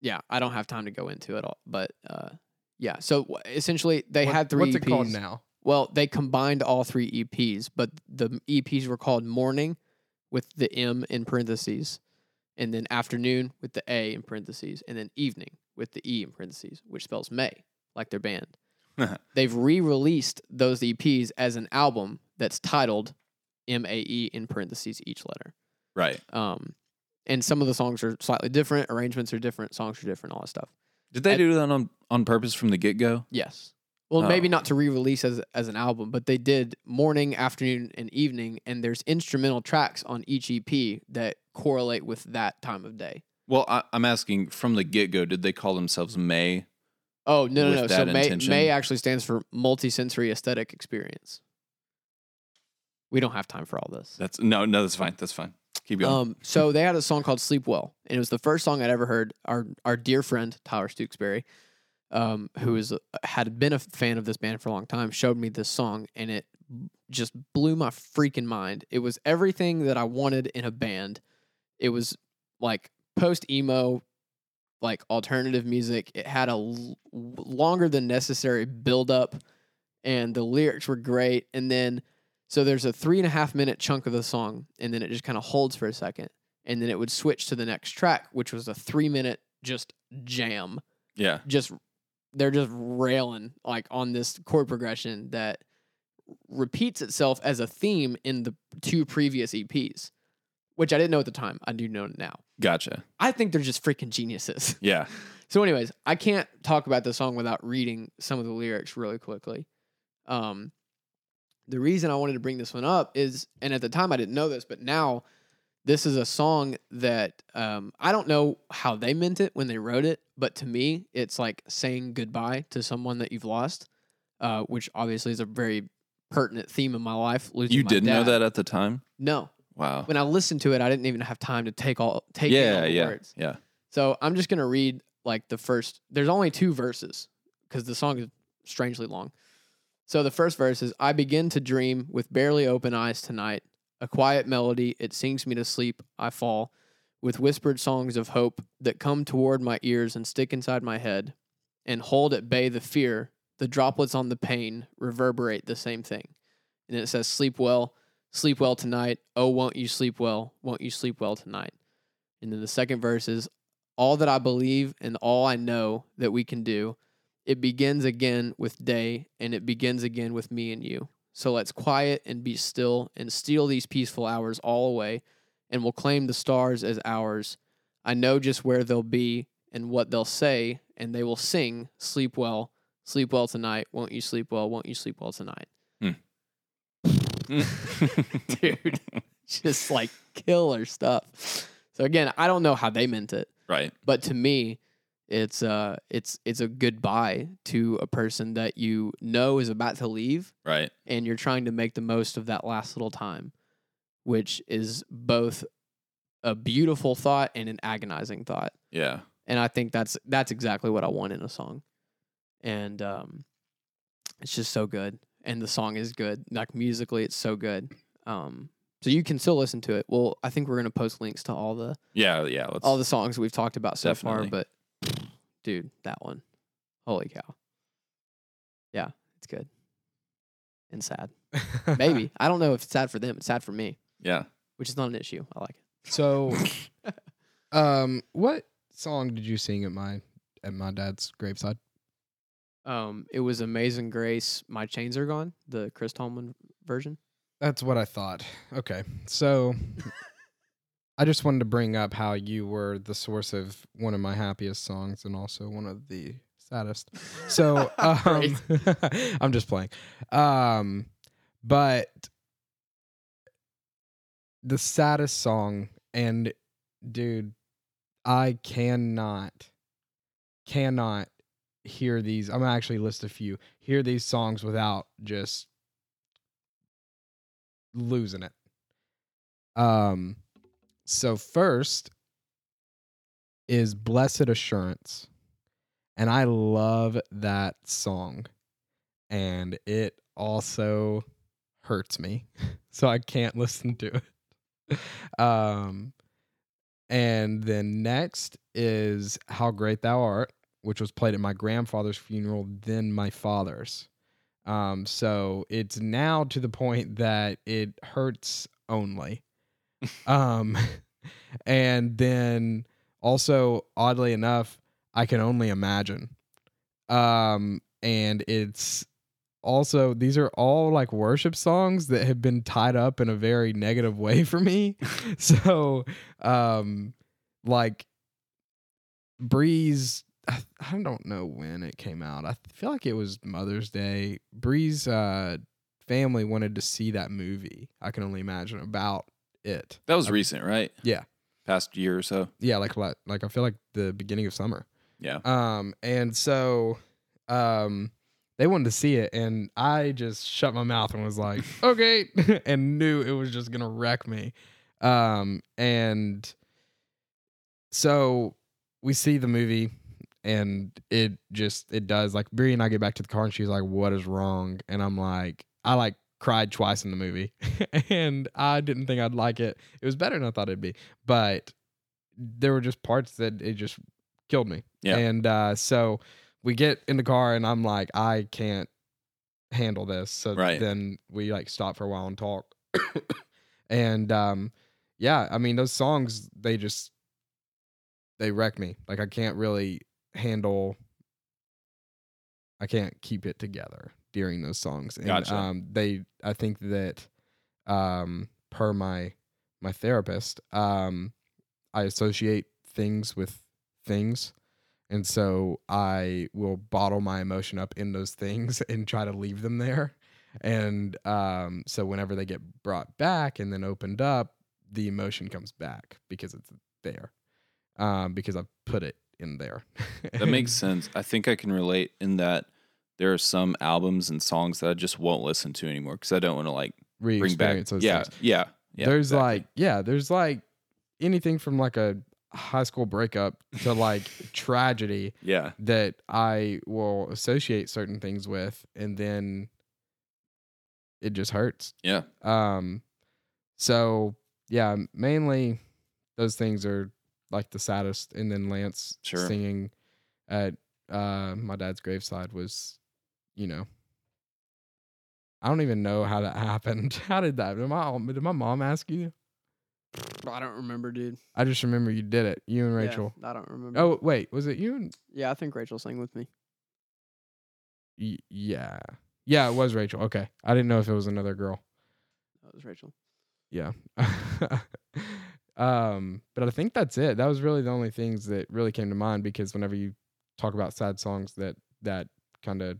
[SPEAKER 1] yeah, I don't have time to go into it all, but uh, yeah. So w- essentially, they had three. E
[SPEAKER 2] What's
[SPEAKER 1] EPs.
[SPEAKER 2] it called now?
[SPEAKER 1] Well, they combined all three EPs, but the EPs were called Morning with the M in parentheses, and then Afternoon with the A in parentheses, and then Evening with the E in parentheses, which spells May, like their band. They've re released those EPs as an album that's titled M A E in parentheses each letter.
[SPEAKER 3] Right.
[SPEAKER 1] Um, and some of the songs are slightly different, arrangements are different, songs are different, all that stuff.
[SPEAKER 3] Did they
[SPEAKER 1] I-
[SPEAKER 3] do that on on purpose from the get go?
[SPEAKER 1] Yes. Well, maybe
[SPEAKER 3] Oh.
[SPEAKER 1] not to re-release as as an album, but they did morning, afternoon, and evening, and there's instrumental tracks on each EP that correlate with that time of day.
[SPEAKER 3] Well, I, I'm asking from the get go. Did they call themselves May?
[SPEAKER 1] Oh no,
[SPEAKER 3] With
[SPEAKER 1] no, no! So
[SPEAKER 3] that
[SPEAKER 1] May
[SPEAKER 3] intention.
[SPEAKER 1] May actually stands for multisensory aesthetic experience. We don't have time for all this.
[SPEAKER 3] That's no, no. That's fine. That's fine. Keep going.
[SPEAKER 1] Um, so they had a song called "Sleep Well," and it was the first song I'd ever heard. Our our dear friend Tyler Stooksberry, um, who is had been a fan of this band for a long time, showed me this song, and it just blew my freaking mind. It was everything that I wanted in a band. It was like post emo, like alternative music. It had a l- longer than necessary build up, and the lyrics were great. And then so there's a three and a half minute chunk of the song, and then it just kind of holds for a second, and then it would switch to the next track, which was a three minute just jam.
[SPEAKER 3] yeah.
[SPEAKER 1] Just they're just railing like on this chord progression that repeats itself as a theme in the two previous EPs, which I didn't know at the time. I do know now.
[SPEAKER 3] Gotcha.
[SPEAKER 1] I think they're just freaking geniuses.
[SPEAKER 3] Yeah.
[SPEAKER 1] So, anyways, I can't talk about the song without reading some of the lyrics really quickly. Um, the reason I wanted to bring this one up is, and at the time I didn't know this, but now this is a song that um, I don't know how they meant it when they wrote it, but to me, it's like saying goodbye to someone that you've lost, uh, which obviously is a very pertinent theme in my life. Losing
[SPEAKER 3] You
[SPEAKER 1] my
[SPEAKER 3] didn't know
[SPEAKER 1] dad.
[SPEAKER 3] that at the time.
[SPEAKER 1] No,
[SPEAKER 3] Wow.
[SPEAKER 1] when I listened to it, I didn't even have time to take all take in all
[SPEAKER 3] Yeah.
[SPEAKER 1] the
[SPEAKER 3] Yeah.
[SPEAKER 1] words.
[SPEAKER 3] Yeah.
[SPEAKER 1] So I'm just gonna read like the first. There's only two verses because the song is strangely long. So the first verse is I begin to dream with barely open eyes tonight. A quiet melody, it sings me to sleep. I fall with whispered songs of hope that come toward my ears and stick inside my head and hold at bay the fear. The droplets on the pane reverberate the same thing. And it says, Sleep well, sleep well tonight. Oh, won't you sleep well? Won't you sleep well tonight? And then the second verse is, all that I believe and all I know that we can do. It begins again with day and it begins again with me and you. So let's quiet and be still and steal these peaceful hours all away and we'll claim the stars as ours. I know just where they'll be and what they'll say and they will sing, sleep well, sleep well tonight. Won't you sleep well? Won't you sleep well tonight?
[SPEAKER 3] Dude.
[SPEAKER 1] Just like killer stuff. So again, I don't know how they meant it.
[SPEAKER 3] Right.
[SPEAKER 1] but to me it's uh it's it's a goodbye to a person that you know is about to leave
[SPEAKER 3] Right.
[SPEAKER 1] and you're trying to make the most of that last little time which is both a beautiful thought and an agonizing thought
[SPEAKER 3] Yeah.
[SPEAKER 1] and I think that's that's exactly what I want in a song, and um, it's just so good, and the song is good, like musically, it's so good. Um, so you can still listen to it. Well, I think we're gonna post links to all the
[SPEAKER 3] Yeah. Yeah. Let's,
[SPEAKER 1] all the songs we've talked about so
[SPEAKER 3] Definitely.
[SPEAKER 1] far, but dude, that one, holy cow, yeah, it's good and sad. Maybe I don't know if it's sad for them, it's sad for me,
[SPEAKER 3] yeah.
[SPEAKER 1] which is not an issue. I like it.
[SPEAKER 2] So, um, what song did you sing at my at my dad's graveside?
[SPEAKER 1] Um, it was Amazing Grace. My chains are gone. The Chris Tomlin version.
[SPEAKER 2] That's what I thought. Okay, so I just wanted to bring up how you were the source of one of my happiest songs and also one of the saddest. So um,
[SPEAKER 1] Great.
[SPEAKER 2] I'm just playing. Um, but the saddest song, and dude, I cannot, cannot hear these. I'm gonna actually list a few. Hear these songs without just losing it. Um, so first is Blessed Assurance. And I love that song. And it also hurts me. So I can't listen to it. Um and then next is How Great Thou Art, which was played at my grandfather's funeral, then my father's. Um, so it's now to the point that it hurts only. um, and then also, oddly enough, I can only imagine. Um, and it's also, these are all like worship songs that have been tied up in a very negative way for me. so, um, like Breeze, I, I don't know when it came out. I feel like it was Mother's Day. Breeze, uh, family wanted to see that movie. I can only imagine about it.
[SPEAKER 3] That was recent, right?
[SPEAKER 2] Yeah.
[SPEAKER 3] Past year or so.
[SPEAKER 2] Yeah, like la- like I feel like the beginning of summer.
[SPEAKER 3] Yeah.
[SPEAKER 2] Um, and so, um, they wanted to see it, and I just shut my mouth and was like, okay, and knew it was just gonna wreck me. Um, and so we see the movie, and it just it does like Bree and I get back to the car, and she's like, "What is wrong?" And I'm like, I like cried twice in the movie, and I didn't think I'd like it. It was better than I thought it'd be, but there were just parts that it just killed me.
[SPEAKER 3] Yeah.
[SPEAKER 2] And uh, so we get in the car and I'm like, I can't handle this. So
[SPEAKER 3] Right.
[SPEAKER 2] then we like stop for a while and talk. and um, yeah, I mean those songs they just they wreck me. Like I can't really handle I can't keep it together during those songs. And
[SPEAKER 3] Gotcha.
[SPEAKER 2] um they I think that um per my my therapist, um I associate things with things. And so I will bottle my emotion up in those things and try to leave them there. And um, so whenever they get brought back and then opened up, the emotion comes back because it's there, um, because I've put it in there.
[SPEAKER 3] That makes sense. I think I can relate in that there are some albums and songs that I just won't listen to anymore because I don't want to like bring back.
[SPEAKER 2] Re-experience those
[SPEAKER 3] yeah,
[SPEAKER 2] things.
[SPEAKER 3] yeah, yeah.
[SPEAKER 2] there's
[SPEAKER 3] exactly.
[SPEAKER 2] like yeah, there's like anything from like a high school breakup to like tragedy
[SPEAKER 3] yeah,
[SPEAKER 2] that I will associate certain things with, and then it just hurts.
[SPEAKER 3] yeah.
[SPEAKER 2] Um, so yeah, mainly those things are like the saddest. And then Lance
[SPEAKER 3] Sure.
[SPEAKER 2] singing at uh my dad's graveside was, you know, I don't even know how that happened. How did that? Did my did my mom ask you?
[SPEAKER 1] I don't remember, dude.
[SPEAKER 2] I just remember you did it. You and
[SPEAKER 1] Yeah,
[SPEAKER 2] Rachel.
[SPEAKER 1] I don't remember.
[SPEAKER 2] Oh wait, was it you? And,
[SPEAKER 1] yeah, I think Rachel sang with me.
[SPEAKER 2] y- yeah, yeah, it was Rachel. Okay, I didn't know if it was another girl.
[SPEAKER 1] That was Rachel.
[SPEAKER 2] yeah um but i think that's it that was really the only things that really came to mind because whenever you talk about sad songs that that kind of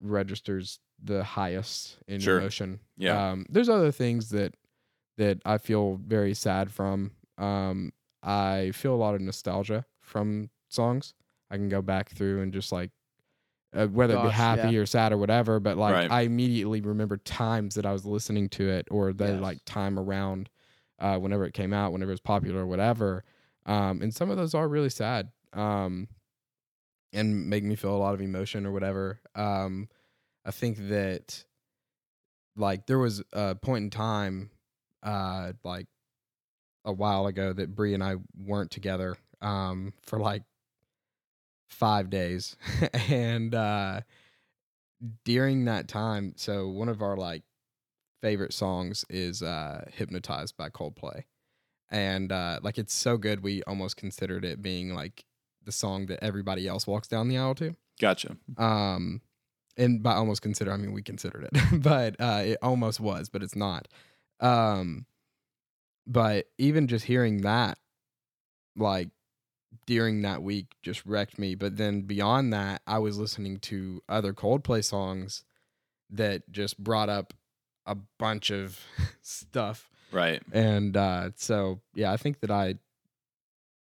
[SPEAKER 2] registers the highest in
[SPEAKER 3] Sure.
[SPEAKER 2] emotion
[SPEAKER 3] Yeah.
[SPEAKER 2] um there's other things that that i feel very sad from um i feel a lot of nostalgia from songs i can go back through and just like uh, whether it be
[SPEAKER 1] Gosh,
[SPEAKER 2] happy
[SPEAKER 1] yeah.
[SPEAKER 2] or sad or whatever but like
[SPEAKER 3] Right.
[SPEAKER 2] i immediately remember times that i was listening to it or the
[SPEAKER 1] Yes.
[SPEAKER 2] like time around uh whenever it came out whenever it was popular or whatever um and some of those are really sad um and make me feel a lot of emotion or whatever um i think that like there was a point in time uh like a while ago that Bree and I weren't together um for like 5 days and uh during that time so one of our like favorite songs is uh hypnotized by Coldplay and uh, like it's so good we almost considered it being like the song that everybody else walks down the aisle to.
[SPEAKER 3] Gotcha.
[SPEAKER 2] Um, and by almost consider, I mean we considered it, but uh, it almost was, but it's not. Um, but even just hearing that, like during that week, just wrecked me. But then beyond that, I was listening to other Coldplay songs that just brought up a bunch of stuff,
[SPEAKER 3] Right.
[SPEAKER 2] and uh, so yeah, I think that I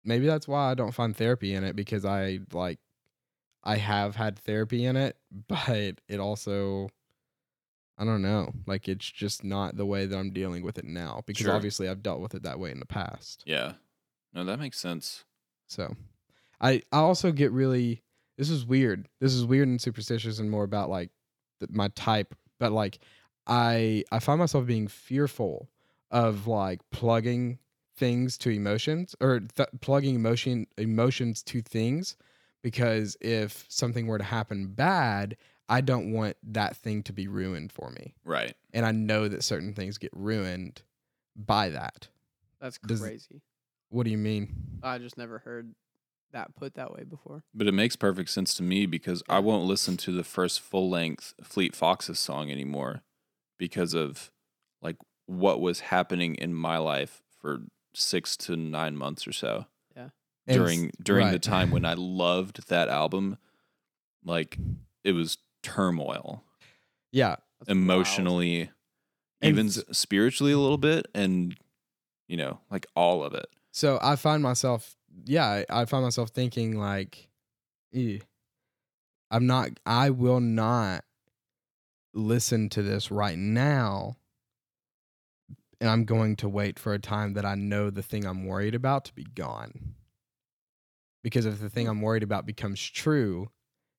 [SPEAKER 2] maybe that's why I don't find therapy in it because I like I have had therapy in it, but it also I don't know. Like it's just not the way that I'm dealing with it now because
[SPEAKER 3] Sure.
[SPEAKER 2] obviously I've dealt with it that way in the past.
[SPEAKER 3] Yeah. No, that makes sense.
[SPEAKER 2] So I I also get really this is weird. This is weird and superstitious and more about like th- my type, but like I I find myself being fearful of like plugging things to emotions or th- plugging emotion emotions to things because if something were to happen bad, I don't want that thing to be ruined for me.
[SPEAKER 3] Right.
[SPEAKER 2] And I know that certain things get ruined by that.
[SPEAKER 1] That's
[SPEAKER 2] Does-
[SPEAKER 1] crazy.
[SPEAKER 2] What do you mean?
[SPEAKER 3] Uh,
[SPEAKER 1] I just never heard that put that way before.
[SPEAKER 3] But it makes perfect sense to me because I won't listen to the first full length Fleet Foxes song anymore because of like what was happening in my life for six to nine months or so
[SPEAKER 2] And s-
[SPEAKER 3] during during the
[SPEAKER 2] right.
[SPEAKER 3] time when I loved that album. Like it was turmoil
[SPEAKER 2] yeah,
[SPEAKER 1] That's wild.
[SPEAKER 3] emotionally,
[SPEAKER 2] And
[SPEAKER 3] even
[SPEAKER 2] s-
[SPEAKER 3] s- spiritually a little bit, and you know, like all of it.
[SPEAKER 2] So I find myself, yeah, I I find myself thinking like, "Eh, I'm not, I will not listen to this right now. And I'm going to wait for a time that I know the thing I'm worried about to be gone. Because if the thing I'm worried about becomes true,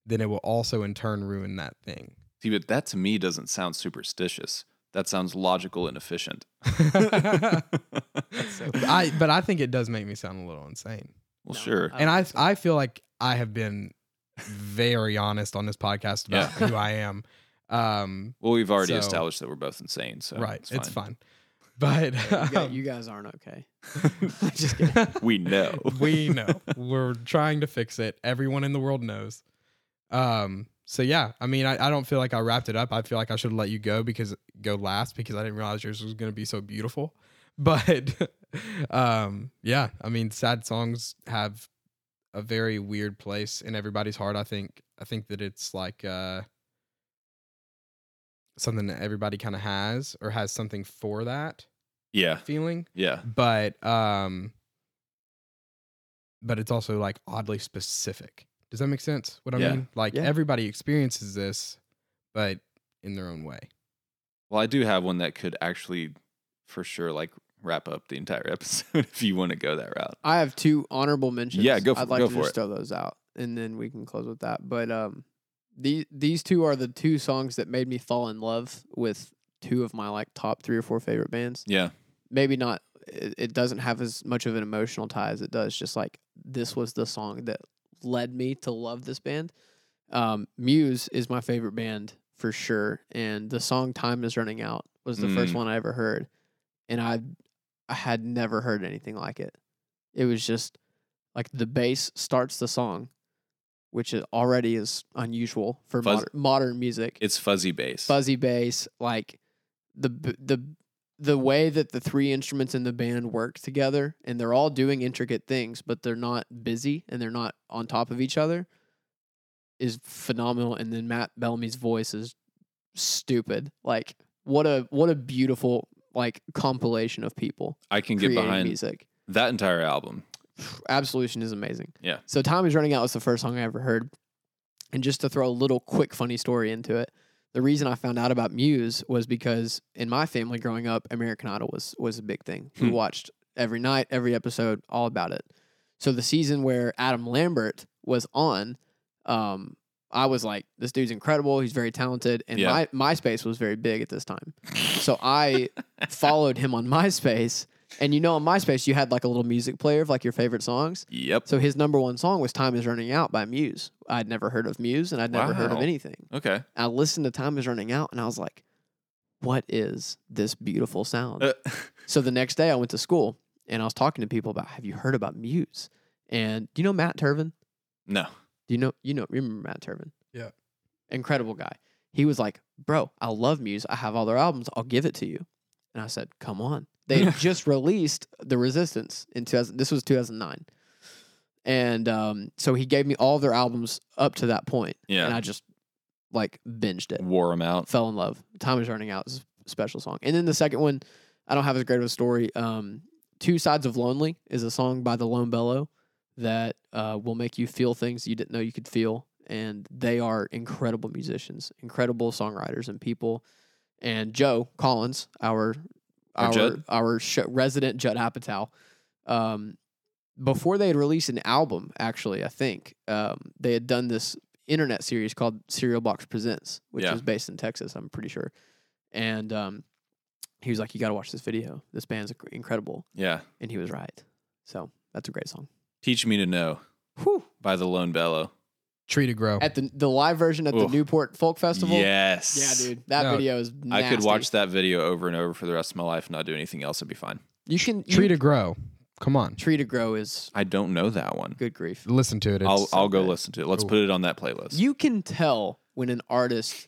[SPEAKER 2] then it will also in turn ruin that thing.
[SPEAKER 3] See, but that to me doesn't sound superstitious. That sounds logical and efficient.
[SPEAKER 2] I, but I think it does make me sound a little insane.
[SPEAKER 3] Well,
[SPEAKER 1] No,
[SPEAKER 3] sure.
[SPEAKER 1] I don't
[SPEAKER 2] and I
[SPEAKER 1] think so.
[SPEAKER 2] I feel like I have been very honest on this podcast about
[SPEAKER 1] Yeah.
[SPEAKER 2] who I am. Um,
[SPEAKER 3] Well, we've already
[SPEAKER 2] So-
[SPEAKER 3] established that we're both insane, so
[SPEAKER 2] right,
[SPEAKER 3] it's
[SPEAKER 2] it's fine.
[SPEAKER 3] fine.
[SPEAKER 2] But
[SPEAKER 1] Yeah, you, guys,
[SPEAKER 2] um,
[SPEAKER 1] you guys aren't okay. Just kidding.
[SPEAKER 3] We know.
[SPEAKER 2] we know we're trying to fix it. Everyone in the world knows. Um, so yeah, I mean, I, I don't feel like I wrapped it up. I feel like I should let you go because go last because I didn't realize yours was going to be so beautiful. But um, yeah, I mean, sad songs have a very weird place in everybody's heart. I think I think that it's like uh, something that everybody kind of has or has something for that
[SPEAKER 3] Yeah,
[SPEAKER 2] feeling
[SPEAKER 3] yeah,
[SPEAKER 2] but um but it's also like oddly specific does that make sense what i
[SPEAKER 3] Yeah.
[SPEAKER 2] mean like
[SPEAKER 1] Yeah.
[SPEAKER 2] everybody experiences this but in their own way
[SPEAKER 3] Well, I do have one that could actually, for sure, like wrap up the entire episode if you want to go that route.
[SPEAKER 1] I have two honorable mentions.
[SPEAKER 3] Yeah, go for-
[SPEAKER 1] I'd like
[SPEAKER 3] go
[SPEAKER 1] to
[SPEAKER 3] for
[SPEAKER 1] just
[SPEAKER 3] it.
[SPEAKER 1] throw those out, and then we can close with that. But um, these these two are the two songs that made me fall in love with two of my like top three or four favorite bands.
[SPEAKER 3] Yeah,
[SPEAKER 1] Maybe not. It, it doesn't have as much of an emotional tie as it does. Just like this was the song that led me to love this band. Um, Muse is my favorite band for sure, and the song "Time Is Running Out" was the first
[SPEAKER 3] Mm.
[SPEAKER 1] one I ever heard, and I I had never heard anything like it. It was just like the bass starts the song, which it already is unusual for
[SPEAKER 3] Fuzz-
[SPEAKER 1] moder- modern music.
[SPEAKER 3] it's fuzzy bass.
[SPEAKER 1] fuzzy bass, like the b- the the way that the three instruments in the band work together, and they're all doing intricate things, but they're not busy and they're not on top of each other, is phenomenal. And then Matt Bellamy's voice is stupid. Like what a what a beautiful like compilation of people
[SPEAKER 3] I can get
[SPEAKER 1] creating
[SPEAKER 3] behind
[SPEAKER 1] music.
[SPEAKER 3] that entire album.
[SPEAKER 1] Absolution is amazing.
[SPEAKER 3] Yeah.
[SPEAKER 1] So Time is Running Out was the first song I ever heard. And just to throw a little quick funny story into it, the reason I found out about Muse was because in my family growing up, American Idol was was a big thing. We
[SPEAKER 3] Hmm.
[SPEAKER 1] watched every night, every episode, all about it. So the season where Adam Lambert was on, um, I was like, this dude's incredible. He's very talented. And
[SPEAKER 3] Yeah.
[SPEAKER 1] my MySpace was very big at this time. So I followed him on MySpace. And you know, on MySpace, you had like a little music player of like your favorite songs.
[SPEAKER 3] Yep.
[SPEAKER 1] So his number one song was "Time Is Running Out" by Muse. I'd never heard of Muse, and I'd never heard of
[SPEAKER 3] Wow.
[SPEAKER 1] anything.
[SPEAKER 3] Okay.
[SPEAKER 1] I listened to "Time Is Running Out," and I was like, "What is this beautiful sound?"
[SPEAKER 3] Uh,
[SPEAKER 1] so the next day, I went to school, and I was talking to people about, have you heard about Muse? And do you know Matt Turvin?
[SPEAKER 3] No.
[SPEAKER 1] Do you know you know remember Matt Turvin?
[SPEAKER 2] Yeah.
[SPEAKER 1] Incredible guy. He was like, "Bro, I love Muse. I have all their albums. I'll give it to you." And I said, "Come on." They had just released The Resistance in 2000 this was 2009. And um, so he gave me all of their albums up to that point, and
[SPEAKER 3] Yeah.
[SPEAKER 1] I just like binged it.
[SPEAKER 3] Wore them out.
[SPEAKER 1] Fell in love. Time is running out is a special song. And then the second one, I don't have as great of a story. Um, Two Sides of Lonely is a song by the Lone Bellow that uh, will make you feel things you didn't know you could feel. And they are incredible musicians, incredible songwriters and people. And Joe Collins, our
[SPEAKER 3] Our
[SPEAKER 1] our
[SPEAKER 3] Judd?
[SPEAKER 1] our sh- resident Judd Apatow, um, before they had released an album, actually, I think um, they had done this internet series called Cereal Box Presents, which
[SPEAKER 3] Yeah.
[SPEAKER 1] was based in Texas, I'm pretty sure. And um, he was like, "You got to watch this video. This band's inc- incredible,"
[SPEAKER 3] Yeah.
[SPEAKER 1] and he was right. So that's a great song.
[SPEAKER 3] Teach Me to Know
[SPEAKER 1] Whew.
[SPEAKER 3] by the Lone Bellow.
[SPEAKER 2] Tree to grow.
[SPEAKER 1] At the the live version at the
[SPEAKER 3] Oof.
[SPEAKER 1] Newport Folk Festival. Yeah,
[SPEAKER 3] Yes.
[SPEAKER 1] dude, that
[SPEAKER 2] No,
[SPEAKER 1] video is. Nasty.
[SPEAKER 3] I could watch that video over and over for the rest of my life and not do anything else. It'd be fine.
[SPEAKER 1] You can you,
[SPEAKER 2] Tree to grow. Come on,
[SPEAKER 1] Tree to grow is
[SPEAKER 3] I don't know that one.
[SPEAKER 1] good grief.
[SPEAKER 2] listen to it. It's,
[SPEAKER 3] I'll I'll go
[SPEAKER 1] good.
[SPEAKER 3] listen to it. Let's
[SPEAKER 2] Cool.
[SPEAKER 3] put it on that playlist.
[SPEAKER 1] You can tell when an artist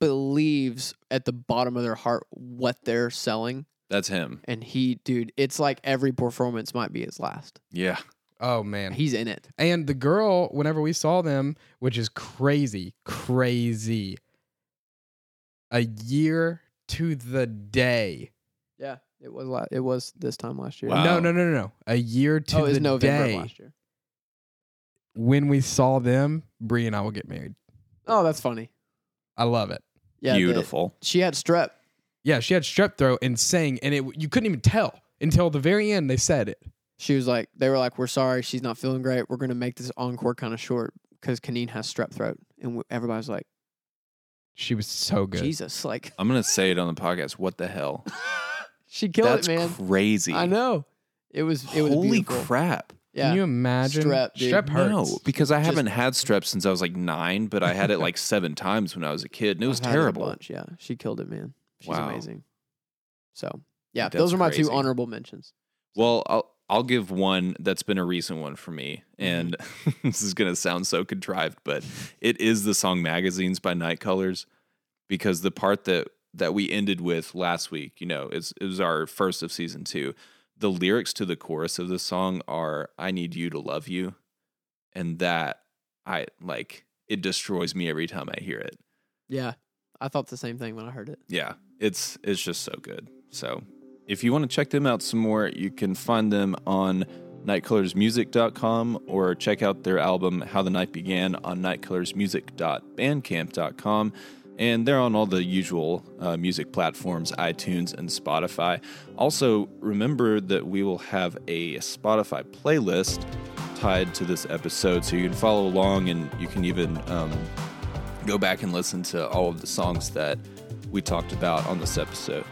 [SPEAKER 1] believes at the bottom of their heart what they're selling,
[SPEAKER 3] That's him.
[SPEAKER 1] and he, dude, it's like every performance might be his last.
[SPEAKER 3] Yeah.
[SPEAKER 2] oh man,
[SPEAKER 1] He's in it.
[SPEAKER 2] And the girl, whenever we saw them, which is crazy, crazy, a year to the day.
[SPEAKER 1] Yeah, it was. La- it was this time last year.
[SPEAKER 3] Wow.
[SPEAKER 2] No, no, no, no, no. A year to
[SPEAKER 1] Oh, it was
[SPEAKER 2] the
[SPEAKER 1] November of
[SPEAKER 2] day
[SPEAKER 1] last year.
[SPEAKER 2] when we saw them, Brie and I will get married.
[SPEAKER 1] Oh, that's funny.
[SPEAKER 2] I love it.
[SPEAKER 1] Yeah, the-
[SPEAKER 3] Beautiful.
[SPEAKER 1] she had strep.
[SPEAKER 2] Yeah, she had strep throat and sang, and it you couldn't even tell until the very end. They said it.
[SPEAKER 1] She was like, they were like, we're sorry, she's not feeling great. We're gonna make this encore kind of short because Kaneen has strep throat, and w- everybody's like,
[SPEAKER 2] She was so good.
[SPEAKER 1] Jesus, like
[SPEAKER 3] I'm gonna say it on the podcast. What the hell?
[SPEAKER 1] she killed
[SPEAKER 3] That's
[SPEAKER 1] it, man.
[SPEAKER 3] crazy.
[SPEAKER 1] I know. It was. It was
[SPEAKER 3] Holy
[SPEAKER 1] beautiful.
[SPEAKER 3] crap.
[SPEAKER 1] Yeah.
[SPEAKER 2] Can you imagine?
[SPEAKER 1] Strep, dude.
[SPEAKER 2] strep hurts.
[SPEAKER 3] No, because I
[SPEAKER 1] Just-
[SPEAKER 3] haven't had strep since I was like nine, but I had it like seven times when I was a kid, and it was
[SPEAKER 1] I've had A
[SPEAKER 3] terrible.
[SPEAKER 1] bunch. Yeah, she killed it, man. She's
[SPEAKER 3] Wow.
[SPEAKER 1] amazing. So yeah,
[SPEAKER 3] That's
[SPEAKER 1] those are my
[SPEAKER 3] crazy.
[SPEAKER 1] two honorable mentions.
[SPEAKER 3] Well, I'll I'll give one that's been a recent one for me, and this is gonna sound so contrived, but it is the song "Magazines" by Night Colors, because the part that that we ended with last week, you know, it's it was our first of season two. The lyrics to the chorus of the song are "I need you to love you," and that I like it destroys me every time I hear it.
[SPEAKER 1] Yeah, I thought the same thing when I heard it.
[SPEAKER 3] yeah, it's it's just so good. So if you want to check them out some more, you can find them on nightcolorsmusic.com or check out their album How the Night Began on nightcolorsmusic.bandcamp.com. And they're on all the usual uh, music platforms, iTunes and Spotify. Also, remember that we will have a Spotify playlist tied to this episode, so you can follow along and you can even um, go back and listen to all of the songs that we talked about on this episode.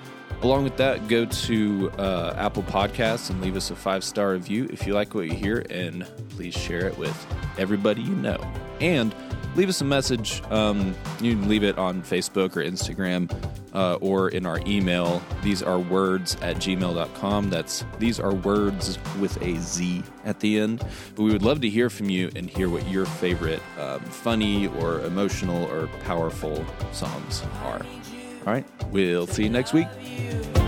[SPEAKER 3] Along with that, go to uh, Apple Podcasts and leave us a five star review if you like what you hear, and please share it with everybody you know. And leave us a message. Um, you can leave it on Facebook or Instagram uh, or in our email. These are words at gmail.com. That's these are words with a Z at the end. But we would love to hear from you and hear what your favorite um, funny or emotional or powerful songs are. All right, we'll see you next week.
[SPEAKER 4] you.